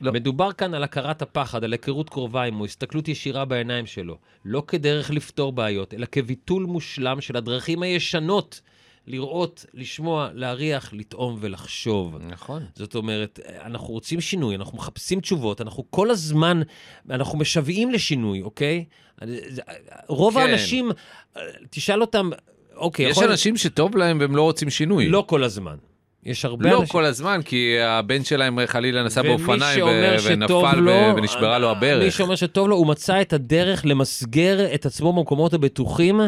Speaker 2: לא.
Speaker 3: לא. מדובר כאן על הכרת הפחד, על היכרות קרובה עמו, הסתכלות ישירה בעיניים שלו. לא כדרך לפתור בעיות, אלא כביטול מושלם של הדרכים הישנות לראות, לשמוע, להריח, לטעום ולחשוב.
Speaker 2: נכון.
Speaker 3: זאת אומרת, אנחנו רוצים שינוי, אנחנו מחפשים תשובות, אנחנו כל הזמן, אנחנו משוועים לשינוי, אוקיי? רוב
Speaker 2: כן.
Speaker 3: כן. האנשים, תשאל אותם, אוקיי,
Speaker 2: יש אנשים שטוב להם והם לא רוצים שינוי.
Speaker 3: לא כל הזמן. יש הרבה
Speaker 2: לא
Speaker 3: אנשים...
Speaker 2: כל הזמן, כי הבן שלהם אה, חלילה נסע
Speaker 3: ומי
Speaker 2: באופניים
Speaker 3: שאומר
Speaker 2: ו-
Speaker 3: שטוב
Speaker 2: ונפל
Speaker 3: לו,
Speaker 2: ו- ונשברה לו
Speaker 3: מי
Speaker 2: הברך.
Speaker 3: שאומר שטוב לו, הוא מצא את הדרך למסגר את עצמו במקומות הבטוחים,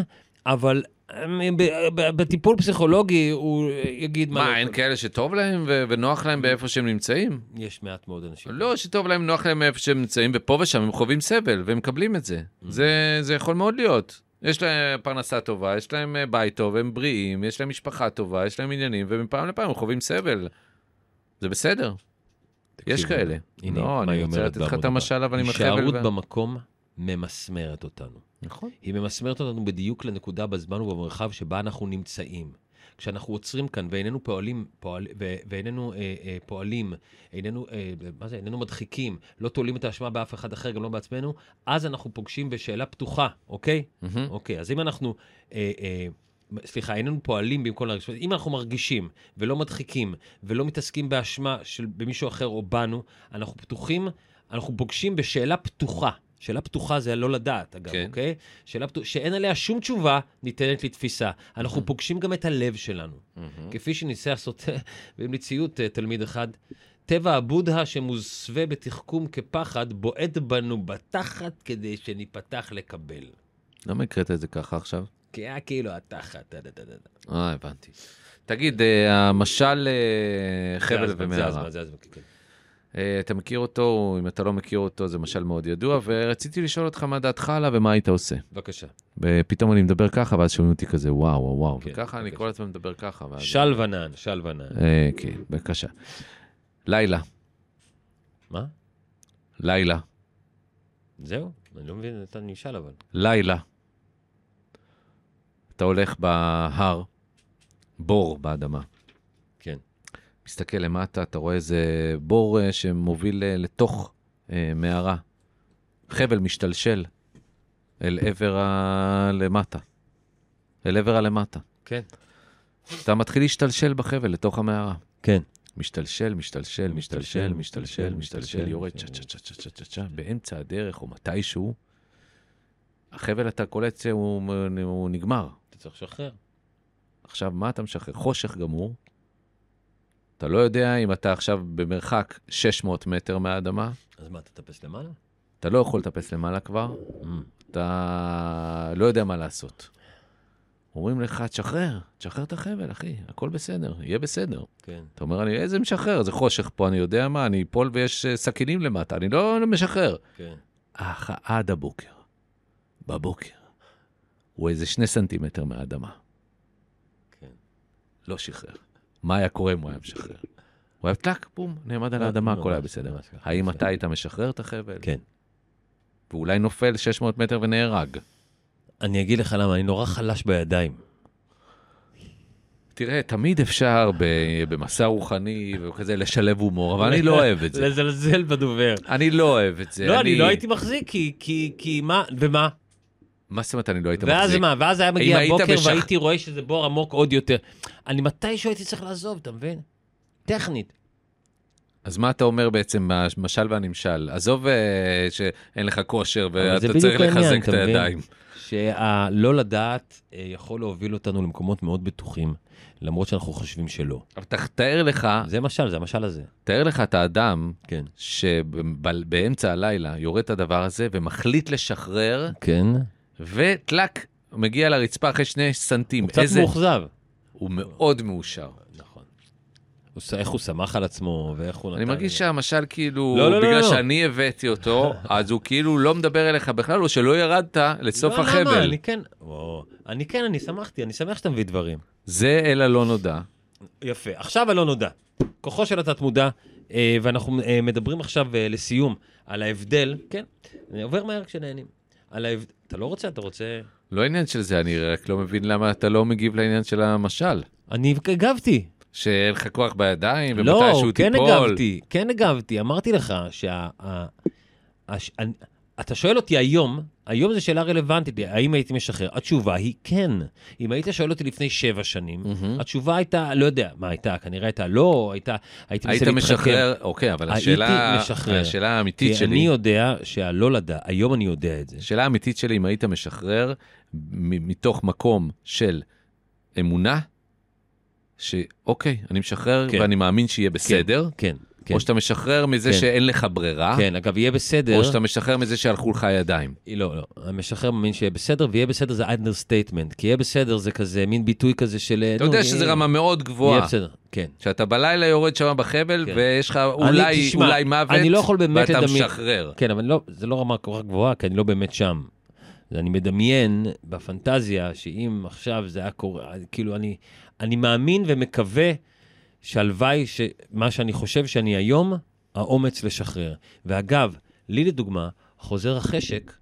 Speaker 3: אבל אמ, ב- ב- בטיפול פסיכולוגי הוא יגיד מה...
Speaker 2: מה,
Speaker 3: לא-
Speaker 2: אין כאלה שטוב להם ו- ונוח להם באיפה שהם נמצאים?
Speaker 3: יש מעט מאוד אנשים.
Speaker 2: לא, שטוב להם, נוח להם איפה שהם נמצאים, ופה ושם הם חווים סבל, והם מקבלים את זה.
Speaker 3: Mm-hmm.
Speaker 2: זה, זה יכול מאוד להיות. יש להם פרנסה טובה, יש להם אה, בית טוב, הם בריאים, יש להם משפחה טובה, יש להם עניינים, ומפעם לפעם הם חווים סבל. זה בסדר, יש
Speaker 3: תקשיבו,
Speaker 2: כאלה.
Speaker 3: הנה,
Speaker 2: לא,
Speaker 3: מה
Speaker 2: אני
Speaker 3: היא
Speaker 2: רוצה
Speaker 3: אומרת
Speaker 2: לתת לך את
Speaker 3: בעמוד
Speaker 2: המשל, אבל עם החבל.
Speaker 3: הישארות
Speaker 2: וה-
Speaker 3: במקום ממסמרת אותנו.
Speaker 2: נכון.
Speaker 3: היא ממסמרת אותנו בדיוק לנקודה בזמן ובמרחב שבה אנחנו נמצאים. כשאנחנו עוצרים כאן ואיננו פועלים, פועל, ו, ואיננו אה, אה, פועלים, איננו, אה, מה זה, איננו מדחיקים, לא תולים את האשמה באף אחד אחר, גם לא בעצמנו, אז אנחנו פוגשים בשאלה פתוחה, אוקיי?
Speaker 2: מהמם.
Speaker 3: אוקיי, אז אם אנחנו, אה, אה, סליחה, איננו פועלים במקום להרגיש, אם אנחנו מרגישים ולא מדחיקים ולא מתעסקים באשמה של במישהו אחר או בנו, אנחנו פתוחים, אנחנו פוגשים בשאלה פתוחה. שאלה פתוחה זה לא לדעת, אגב,
Speaker 2: כן.
Speaker 3: כן. אוקיי? שאלה פתוחה, שאין עליה שום תשובה ניתנת לתפיסה. אנחנו פוגשים גם את הלב שלנו.
Speaker 2: מהמם.
Speaker 3: כפי שניסה לעשות במליציות אה, תלמיד אחד, טבע הבודהה שמוסווה בתחכום כפחד, בועט בנו בתחת כדי שניפתח לקבל.
Speaker 2: למה הקראת את זה ככה עכשיו?
Speaker 3: כי היה כאילו התחת, דה דה דה דה.
Speaker 2: אה, הבנתי. תגיד, אה, המשל אה, חבל
Speaker 3: כן. זה
Speaker 2: ומערה,
Speaker 3: הזמן, זה הזמן, כן, כן.
Speaker 2: אה, אתה מכיר אותו, או אם אתה לא מכיר אותו, זה משל מאוד ידוע, ורציתי לשאול אותך מה דעתך עליו ומה היית עושה.
Speaker 3: בבקשה.
Speaker 2: ופתאום אני מדבר ככה, ואז שומעים אותי כזה, וואו, וואו, וואו,
Speaker 3: כן,
Speaker 2: וככה אני
Speaker 3: בבקשה.
Speaker 2: כל הזמן מדבר ככה. ואז-
Speaker 3: של ונן, של ונן.
Speaker 2: אה, כן, בבקשה. לילה,
Speaker 3: מה?
Speaker 2: לילה,
Speaker 3: זהו? אני לא מבין, אתה נשאל אבל.
Speaker 2: לילה. אתה הולך בהר, בור באדמה.
Speaker 3: כן.
Speaker 2: מסתכל למטה, אתה רואה איזה בור אה, שמוביל אה, לתוך אה, מערה. חבל משתלשל אל עבר הלמטה. אל עבר הלמטה.
Speaker 3: כן.
Speaker 2: אתה מתחיל להשתלשל בחבל לתוך המערה.
Speaker 3: כן.
Speaker 2: משתלשל, משתלשל, משתלשל, משתלשל, משתלשל,
Speaker 3: משתלשל,
Speaker 2: יורד צ'ה צ'ה צ'ה צ'ה צ'ה צ'ה צ'ה, באמצע הדרך או מתישהו, החבל אתה קולט שהוא הוא נגמר.
Speaker 3: אתה צריך לשחרר.
Speaker 2: עכשיו, מה אתה משחרר? חושך גמור. אתה לא יודע אם אתה עכשיו במרחק 600 מטר מהאדמה,
Speaker 3: אז מה, אתה תטפס למעלה?
Speaker 2: אתה לא יכול לטפס למעלה כבר,
Speaker 3: אה.
Speaker 2: אתה לא יודע מה לעשות. אומרים לך, תשחרר, תשחרר את החבל, אחי, הכל בסדר, יהיה בסדר.
Speaker 3: כן.
Speaker 2: אתה אומר, אני, איזה משחרר? זה חושך פה, אני יודע מה, אני אפול ויש אה, סכינים למטה, אני לא משחרר.
Speaker 3: כן.
Speaker 2: אך עד הבוקר, בבוקר, הוא איזה שני סנטימטר מהאדמה.
Speaker 3: כן.
Speaker 2: לא שחרר. מה היה קורה אם הוא היה משחרר? הוא היה פלק, בום, נעמד על
Speaker 3: לא,
Speaker 2: האדמה,
Speaker 3: ממש,
Speaker 2: הכל היה בסדר.
Speaker 3: ממש ככה,
Speaker 2: האם
Speaker 3: בסדר.
Speaker 2: אתה היית משחרר את החבל?
Speaker 3: כן.
Speaker 2: ואולי נופל 600 מטר ונהרג.
Speaker 3: אני אגיד לך למה, אני נורא חלש בידיים.
Speaker 2: תראה, תמיד אפשר ב- במסע רוחני וכזה לשלב הומור, אבל אני לא אוהב את זה.
Speaker 3: לזלזל בדובר.
Speaker 2: אני לא אוהב את זה.
Speaker 3: לא, אני לא הייתי מחזיק, כי- כי כי מה, ומה?
Speaker 2: מה זאת אומרת אני לא היית מחזיק?
Speaker 3: ואז מה, ואז היה מגיע
Speaker 2: אם היית
Speaker 3: הבוקר
Speaker 2: משח-
Speaker 3: והייתי רואה שזה בור עמוק עוד יותר. אני מתישהו הייתי צריך לעזוב, אתה מבין? טכנית.
Speaker 2: אז מה אתה אומר בעצם, המשל והנמשל? עזוב אה, שאין לך כושר
Speaker 3: אבל זה
Speaker 2: ואתה
Speaker 3: בדיוק
Speaker 2: צריך
Speaker 3: העניין, אתה
Speaker 2: לחזק את
Speaker 3: מבין?
Speaker 2: הידיים.
Speaker 3: שהלא לדעת אה, יכול להוביל אותנו למקומות מאוד בטוחים, למרות שאנחנו חושבים שלא.
Speaker 2: אבל ת- תאר לך,
Speaker 3: זה משל, זה המשל הזה.
Speaker 2: תאר לך את האדם
Speaker 3: כן.
Speaker 2: שבאמצע הלילה יורד את הדבר הזה ומחליט לשחרר,
Speaker 3: כן.
Speaker 2: וטלק, מגיע לרצפה אחרי שני סנטים.
Speaker 3: הוא קצת
Speaker 2: איזה-
Speaker 3: מאוכזב.
Speaker 2: הוא מאוד מאושר.
Speaker 3: נכון. הוא ס- איך הוא שמח על עצמו, ואיך הוא נתן...
Speaker 2: אני מרגיש שהמשל כאילו,
Speaker 3: לא, לא, לא,
Speaker 2: בגלל
Speaker 3: לא.
Speaker 2: שאני הבאתי אותו, אז הוא כאילו לא מדבר אליך בכלל, או שלא ירדת לסוף
Speaker 3: לא, למה?
Speaker 2: החבל.
Speaker 3: אני כן... וואו. אני כן, אני שמחתי, אני שמח שאתה מביא דברים.
Speaker 2: זה אל הלא נודע.
Speaker 3: יפה. עכשיו הלא נודע. כוחו של התת-מודע, אה, ואנחנו אה, מדברים עכשיו אה, לסיום על ההבדל, כן, זה עובר מהר כשנהנים. על ההבדל... אתה לא רוצה? אתה רוצה...
Speaker 2: לא עניין של זה, אני רק לא מבין למה אתה לא מגיב לעניין של המשל.
Speaker 3: אני הגבתי.
Speaker 2: שאין לך כוח בידיים,
Speaker 3: לא,
Speaker 2: ומתישהו
Speaker 3: כן
Speaker 2: תיפול.
Speaker 3: הגבתי, כן הגבתי. אמרתי לך שה... ה- הש- אני- אתה שואל אותי היום, היום זו שאלה רלוונטית, לי, האם הייתי משחרר? התשובה היא כן. אם היית שואל אותי לפני שבע שנים,
Speaker 2: מהמם.
Speaker 3: התשובה הייתה, לא יודע, מה הייתה? כנראה הייתה לא, הייתה, הייתי מנסה
Speaker 2: היית
Speaker 3: להתחכם.
Speaker 2: משחרר, אוקיי, אבל
Speaker 3: הייתי
Speaker 2: השאלה,
Speaker 3: משחרר.
Speaker 2: השאלה האמיתית
Speaker 3: כי אני
Speaker 2: שלי,
Speaker 3: יודע שהלא לדע, היום אני יודע את זה.
Speaker 2: השאלה האמיתית שלי, אם היית משחרר מ- מתוך מקום של אמונה, שאוקיי, אני משחרר
Speaker 3: כן.
Speaker 2: ואני מאמין שיהיה בסדר,
Speaker 3: כן, כן.
Speaker 2: או שאתה משחרר מזה
Speaker 3: כן.
Speaker 2: שאין לך ברירה,
Speaker 3: כן, אגב, יהיה בסדר.
Speaker 2: או שאתה משחרר מזה שהלכו לך הידיים.
Speaker 3: לא, לא. המשחרר מאמין שיהיה בסדר, ויהיה בסדר זה understatement. כי יהיה בסדר זה כזה, מין ביטוי כזה של... אה,
Speaker 2: אתה יודע שזה רמה מאוד
Speaker 3: גבוהה. יהיה
Speaker 2: גבוהה.
Speaker 3: בסדר, כן.
Speaker 2: שאתה בלילה יורד שם בחבל,
Speaker 3: כן.
Speaker 2: ויש לך אולי,
Speaker 3: תשמע,
Speaker 2: אולי מוות,
Speaker 3: אני לא יכול באמת
Speaker 2: ואתה
Speaker 3: לדמיין.
Speaker 2: משחרר.
Speaker 3: כן, אבל לא, זה לא רמה כל כך גבוהה, כי אני לא באמת שם. אז אני מדמיין בפנטזיה שאם עכשיו זה היה קורה, כאילו אני, אני מאמין ומקווה שהלוואי שמה שאני חושב שאני היום, האומץ לשחרר. ואגב, לי לדוגמה, חוזר החשק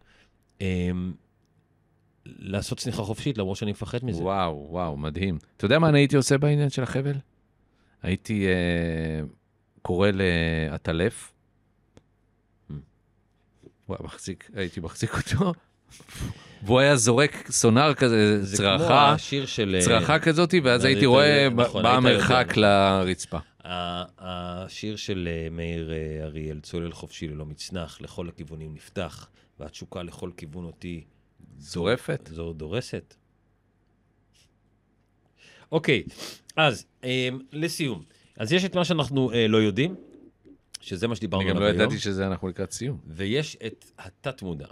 Speaker 3: אמ, לעשות צניחה חופשית, למרות שאני מפחד מזה.
Speaker 2: וואו, וואו, מדהים. אתה יודע מה אני הייתי עושה בעניין של החבל? הייתי אה, קורא לעטלף.
Speaker 3: Hmm.
Speaker 2: הוא היה מחזיק, הייתי מחזיק אותו, והוא היה זורק סונאר כזה,
Speaker 3: זה כמו
Speaker 2: צרחה,
Speaker 3: השיר של... אה,
Speaker 2: צרחה כזאתי, ואז
Speaker 3: זה
Speaker 2: הייתי
Speaker 3: יותר-
Speaker 2: רואה
Speaker 3: נכון,
Speaker 2: בא
Speaker 3: היית
Speaker 2: המרחק
Speaker 3: יודע.
Speaker 2: לרצפה.
Speaker 3: ה- השיר של אה, מאיר אה, אריאל, צולל חופשי ללא מצנח, לכל הכיוונים נפתח, והתשוקה לכל כיוון אותי
Speaker 2: זורפת?
Speaker 3: זו דורסת. אוקיי, אז אה, לסיום, אז יש את מה שאנחנו אה, לא יודעים, שזה מה שדיברנו
Speaker 2: אני גם
Speaker 3: עליו
Speaker 2: לא
Speaker 3: נכון, היום,
Speaker 2: ידעתי שזה, אנחנו לקראת סיום.
Speaker 3: ויש את התת-מודע.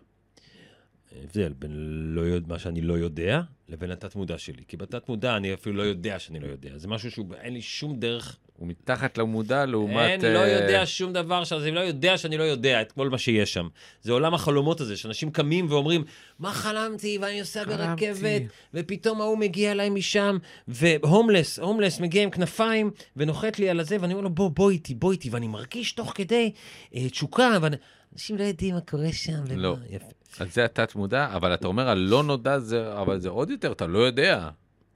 Speaker 3: הבדל בין לא יודע, מה שאני לא יודע לבין התת-מודע שלי. כי בתת-מודע אני אפילו לא יודע שאני לא יודע. זה משהו שאין לי שום דרך
Speaker 2: הוא מתחת למודע לעומת...
Speaker 3: אין, לא
Speaker 2: אה,
Speaker 3: יודע שום דבר שם, אז אני לא יודע שאני לא יודע את כל מה שיש שם. זה עולם החלומות הזה, שאנשים קמים ואומרים, מה חלמתי, ואני נוסע
Speaker 2: חלמתי."
Speaker 3: ברכבת, ופתאום ההוא מגיע אליי משם, והומלס, הומלס מגיע עם כנפיים, ונוחת לי על הזה, ואני אומר לו, בוא, בוא איתי, בוא איתי, ואני מרגיש תוך כדי אה, תשוקה, ואני... אנשים לא יודעים מה קורה שם. ומה-
Speaker 2: לא.
Speaker 3: יפה.
Speaker 2: אז זה התת מודע, אבל אתה אומר הלא נודע זה, אבל זה עוד יותר, אתה לא יודע.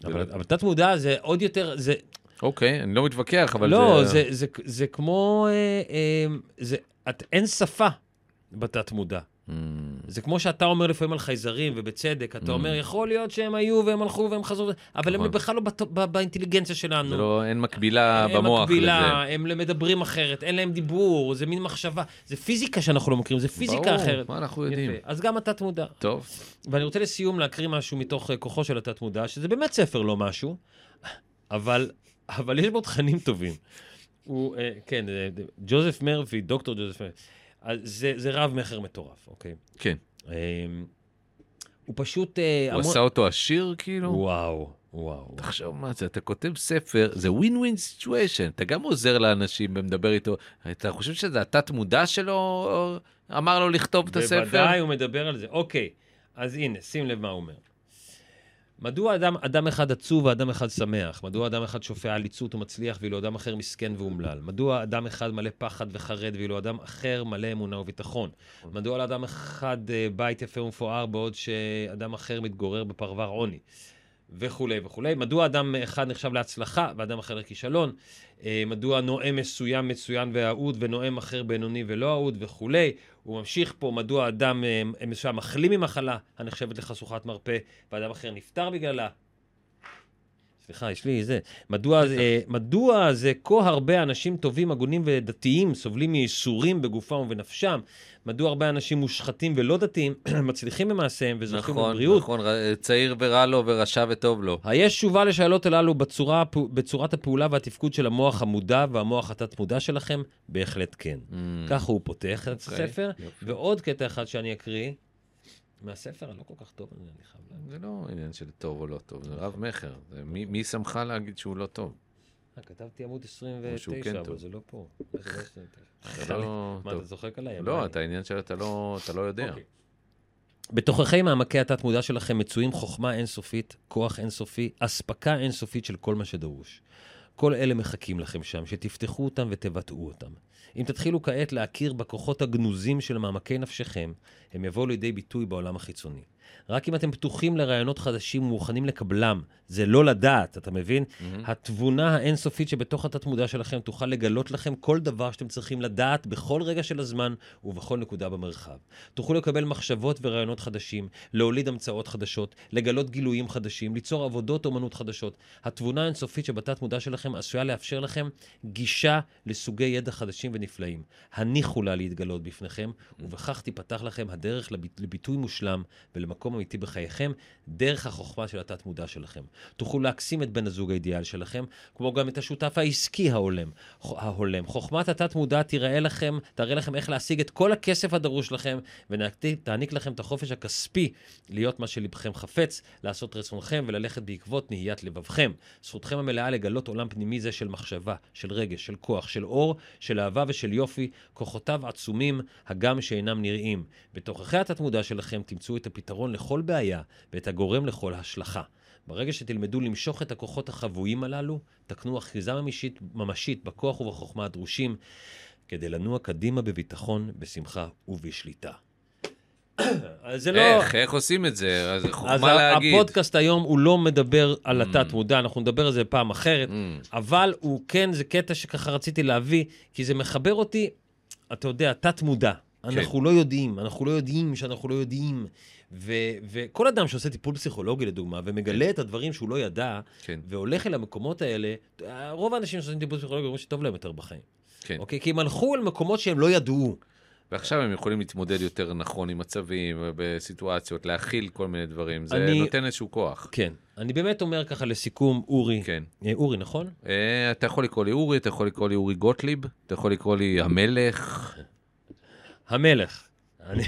Speaker 3: אבל אבל תת-מודע זה עוד יותר, זה...
Speaker 2: אוקיי, אני לא מתווכח, אבל
Speaker 3: לא,
Speaker 2: זה...
Speaker 3: זה, זה, זה כמו... אה, אה, זה, את, אין שפה בתת-מודע.
Speaker 2: Mm.
Speaker 3: זה כמו שאתה אומר לפעמים על חייזרים, ובצדק, אתה
Speaker 2: Mm.
Speaker 3: אומר, יכול להיות שהם היו והם הלכו והם חזרו, אבל הם
Speaker 2: נכון.
Speaker 3: בכלל לא בת- ב- באינטליגנציה שלנו.
Speaker 2: זה לא, אין מקבילה
Speaker 3: הם
Speaker 2: במוח
Speaker 3: מקבילה,
Speaker 2: לזה.
Speaker 3: הם לא מדברים אחרת, אין להם דיבור, זה מין מחשבה. זה פיזיקה שאנחנו לא מכירים, זה פיזיקה
Speaker 2: ברור,
Speaker 3: אחרת.
Speaker 2: מה אנחנו לא יודעים?
Speaker 3: יפה. אז גם התת-מודע.
Speaker 2: טוב,
Speaker 3: ואני רוצה לסיום להקריא משהו מתוך אה, כוחו של התת-מודע, שזה באמת ספר לא משהו, אבל, אבל יש בו תכנים טובים. הוא, אה, כן, אה, ג'וזף מרפי, דוקטור ג'וזף מרפי, אז זה, זה רב-מכר מטורף, אוקיי?
Speaker 2: כן.
Speaker 3: אה, הוא פשוט... אה,
Speaker 2: הוא
Speaker 3: המון-
Speaker 2: עשה אותו עשיר, כאילו?
Speaker 3: וואו, וואו.
Speaker 2: תחשוב מה זה, אתה כותב ספר, זה ווין ווין סיטואשן, אתה גם עוזר לאנשים ומדבר איתו, אתה חושב שזה התת מודע שלו אמר לו לכתוב את הספר?
Speaker 3: בוודאי הוא מדבר על זה. אוקיי, אז הנה, שים לב מה הוא אומר. מדוע אדם, אדם אחד עצוב ואדם אחד שמח? מדוע אדם אחד שופע עליצות ומצליח ואילו אדם אחר מסכן ואומלל? מדוע אדם אחד מלא פחד וחרד ואילו אדם אחר מלא אמונה וביטחון? מדוע לאדם אחד אה, בית יפה ומפואר בעוד שאדם אחר מתגורר בפרבר עוני? וכולי וכולי. מדוע אדם אחד נחשב להצלחה ואדם אחר לכישלון? אה, מדוע נואם מסוים מצוין ואהוד ונואם אחר בינוני ולא אהוד וכולי. הוא ממשיך פה, מדוע אדם אה, מסוים מחלים ממחלה הנחשבת לחשוכת מרפא ואדם אחר נפטר בגללה. סליחה, יש לי זה. מדוע, אה, מדוע זה כה הרבה אנשים טובים, הגונים ודתיים סובלים מייסורים בגופם ובנפשם? מדוע הרבה אנשים מושחתים ולא דתיים מצליחים במעשיהם וזוכים
Speaker 2: נכון,
Speaker 3: לבריאות?
Speaker 2: נכון, ר- צעיר ורע לו ורשע וטוב לו.
Speaker 3: היש תשובה לשאלות הללו בצורה, בצורת הפעולה והתפקוד של המוח המודע והמוח התת-מודע שלכם? בהחלט כן.
Speaker 2: Mm.
Speaker 3: ככה הוא פותח את
Speaker 2: אוקיי,
Speaker 3: הספר,
Speaker 2: יופי.
Speaker 3: ועוד קטע אחד שאני אקריא, מהספר הלא כל כך טוב הזה, אני חייב להגיד.
Speaker 2: זה לא עניין של טוב או לא טוב, זה רב מכר. זה מי- מי שמך להגיד שהוא לא טוב?
Speaker 3: אה, כתבתי עמוד
Speaker 2: או שהוא כן
Speaker 3: 29, אבל
Speaker 2: טוב. זה
Speaker 3: זה לא פה.
Speaker 2: אתה לא
Speaker 3: מה, אתה
Speaker 2: טוב.
Speaker 3: צוחק עליי?
Speaker 2: לא, אתה העניין שאתה לא אתה לא יודע.
Speaker 3: אוקיי. בתוככי מעמקי התת-מודע שלכם מצויים חוכמה אינסופית, כוח אינסופי, אספקה אינסופית של כל מה שדרוש. כל אלה מחכים לכם שם, שתפתחו אותם ותבטאו אותם. אם תתחילו כעת להכיר בכוחות הגנוזים של מעמקי נפשכם, הם יבואו לידי ביטוי בעולם החיצוני. רק אם אתם פתוחים לרעיונות חדשים ומוכנים לקבלם, זה לא לדעת, אתה מבין?
Speaker 2: מהמם.
Speaker 3: התבונה האינסופית שבתוך התת-מודע שלכם תוכל לגלות לכם כל דבר שאתם צריכים לדעת בכל רגע של הזמן ובכל נקודה במרחב. תוכלו לקבל מחשבות ורעיונות חדשים, להוליד המצאות חדשות, לגלות גילויים חדשים, ליצור עבודות אומנות חדשות. התבונה האינסופית שבתת-מודע שלכם עשויה לאפשר לכם גישה לסוגי ידע חדשים ונפלאים. הניחו לה להתגלות בפניכם, ובכך תיפתח לכם הדרך לביט- לביטוי מושלם ולמקום אמיתי בחייכם, דרך החוכמה של התת-מודע שלכם. תוכלו להקסים את בן הזוג האידיאל שלכם, כמו גם את השותף העסקי ההולם. ח- ההולם. חוכמת התת-מודע תראה לכם, תראה לכם איך להשיג את כל הכסף הדרוש לכם, ותעניק לכם את החופש הכספי להיות מה שלבכם חפץ, לעשות רצונכם וללכת בעקבות נהיית לבבכם. זכותכם המלאה לגלות עולם פנימי זה של מחשבה, של רגש, של כוח, של אור, של אהבה ושל יופי, כוחותיו עצומים, הגם שאינם נראים. בתוככי התת-מודע שלכם תמצאו את הפתרון לכל בעיה ואת הגורם לכל השלכה. ברגע שתלמדו למשוך את הכוחות החבויים הללו, תקנו אחיזה ממשית, ממשית בכוח ובחוכמה הדרושים כדי לנוע קדימה בביטחון, בשמחה ובשליטה. אז זה לא...
Speaker 2: איך, איך עושים את זה? אז זה
Speaker 3: אז
Speaker 2: חוכמה נכון. להגיד.
Speaker 3: הפודקאסט היום הוא לא מדבר על
Speaker 2: Mm.
Speaker 3: התת-מודע, אנחנו נדבר על זה פעם אחרת,
Speaker 2: Mm.
Speaker 3: אבל הוא כן, זה קטע שככה רציתי להביא, כי זה מחבר אותי, אתה יודע, תת-מודע.
Speaker 2: כן.
Speaker 3: אנחנו לא יודעים, אנחנו לא יודעים שאנחנו לא יודעים. ו- וכל אדם שעושה טיפול פסיכולוגי, לדוגמה, ומגלה את הדברים שהוא לא ידע,
Speaker 2: כן,
Speaker 3: והולך אל המקומות האלה, רוב האנשים שעושים טיפול פסיכולוגי אומרים שטוב להם יותר בחיים.
Speaker 2: כן.
Speaker 3: אוקיי? כי הם הלכו אל מקומות שהם לא ידעו.
Speaker 2: ועכשיו הם יכולים להתמודד יותר נכון עם מצבים, בסיטואציות, להכיל כל מיני דברים. זה
Speaker 3: אני-
Speaker 2: נותן איזשהו כוח.
Speaker 3: כן. אני באמת אומר ככה לסיכום, אורי.
Speaker 2: כן.
Speaker 3: אה, אורי, נכון?
Speaker 2: אה, אתה יכול לקרוא לי אורי, אתה יכול לקרוא לי אורי גוטליב, אתה יכול לקרוא לי המלך.
Speaker 3: אוקיי. המלך. אני,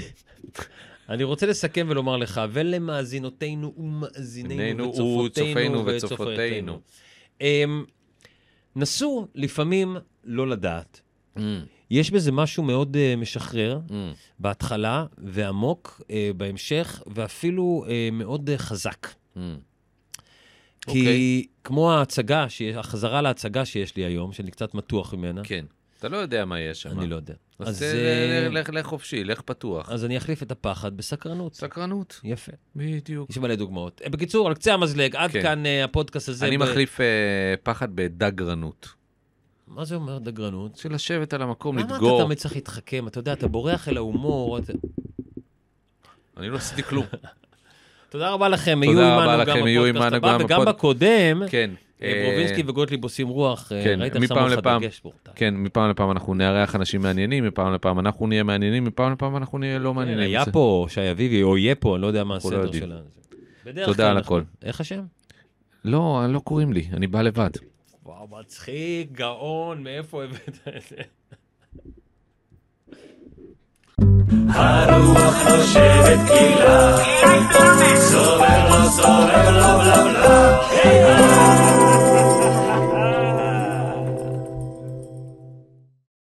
Speaker 3: אני רוצה לסכם ולומר לך, ולמאזינותינו ומאזינינו
Speaker 2: עינינו
Speaker 3: וצופותינו
Speaker 2: וצופינו
Speaker 3: וצופותינו.
Speaker 2: וצופותינו.
Speaker 3: אמ, נסו לפעמים לא לדעת. יש בזה משהו מאוד אה, משחרר בהתחלה ועמוק אה, בהמשך, ואפילו אה, מאוד אה, חזק. כי
Speaker 2: אוקיי.
Speaker 3: כמו ההצגה, שיש- החזרה להצגה שיש לי היום, שאני קצת מתוח ממנה,
Speaker 2: כן. אתה לא יודע מה יש שם.
Speaker 3: אני לא יודע.
Speaker 2: אז
Speaker 3: אז,
Speaker 2: אה,
Speaker 3: אה,
Speaker 2: לך- לך חופשי, לך פתוח.
Speaker 3: אז אני אחליף את הפחד בסקרנות.
Speaker 2: סקרנות.
Speaker 3: יפה.
Speaker 2: בדיוק.
Speaker 3: יש מלא דוגמאות. אה, בקיצור, על קצה המזלג, עד
Speaker 2: כן.
Speaker 3: כאן אה, הפודקאסט הזה.
Speaker 2: אני
Speaker 3: ב-
Speaker 2: מחליף אה, פחד בדגרנות.
Speaker 3: מה זה אומר דגרנות?
Speaker 2: של לשבת על המקום,
Speaker 3: למה אתה
Speaker 2: לדגור.
Speaker 3: תמיד צריך להתחכם? אתה יודע, אתה בורח אל ההומור. אתה-
Speaker 2: אני לא עשיתי כלום.
Speaker 3: אה, תודה רבה לכם,
Speaker 2: תודה
Speaker 3: יהיו
Speaker 2: רבה
Speaker 3: עמנו
Speaker 2: לכם,
Speaker 3: גם
Speaker 2: יהיו
Speaker 3: בפודקאסט
Speaker 2: עמנו
Speaker 3: הבא,
Speaker 2: גם
Speaker 3: וגם
Speaker 2: בפוד-
Speaker 3: בקודם.
Speaker 2: כן.
Speaker 3: אה, ברובינסקי וגוטליב עושים רוח, אה,
Speaker 2: כן,
Speaker 3: ראית איך
Speaker 2: מפעם
Speaker 3: שמו לך
Speaker 2: לפעם.
Speaker 3: דגש פה.
Speaker 2: כן, מפעם לפעם אנחנו נארח אנשים מעניינים, מפעם לפעם אנחנו נהיה מעניינים, מפעם לפעם אנחנו נהיה לא מעניינים.
Speaker 3: כן, אה, היה
Speaker 2: זה-
Speaker 3: פה שי אביבי, או יהיה פה, אני לא יודע מה
Speaker 2: אנחנו לא
Speaker 3: הסדר
Speaker 2: יודעים.
Speaker 3: שלה. בדרך
Speaker 2: תודה
Speaker 3: כלל
Speaker 2: על
Speaker 3: אנחנו-
Speaker 2: הכל.
Speaker 3: איך השם?
Speaker 2: לא, לא קוראים לי, אני בא לבד.
Speaker 3: וואו, מצחיק, גאון, מאיפה הבאת את זה?
Speaker 4: Solo, solo, bla, bla. Hey, oh.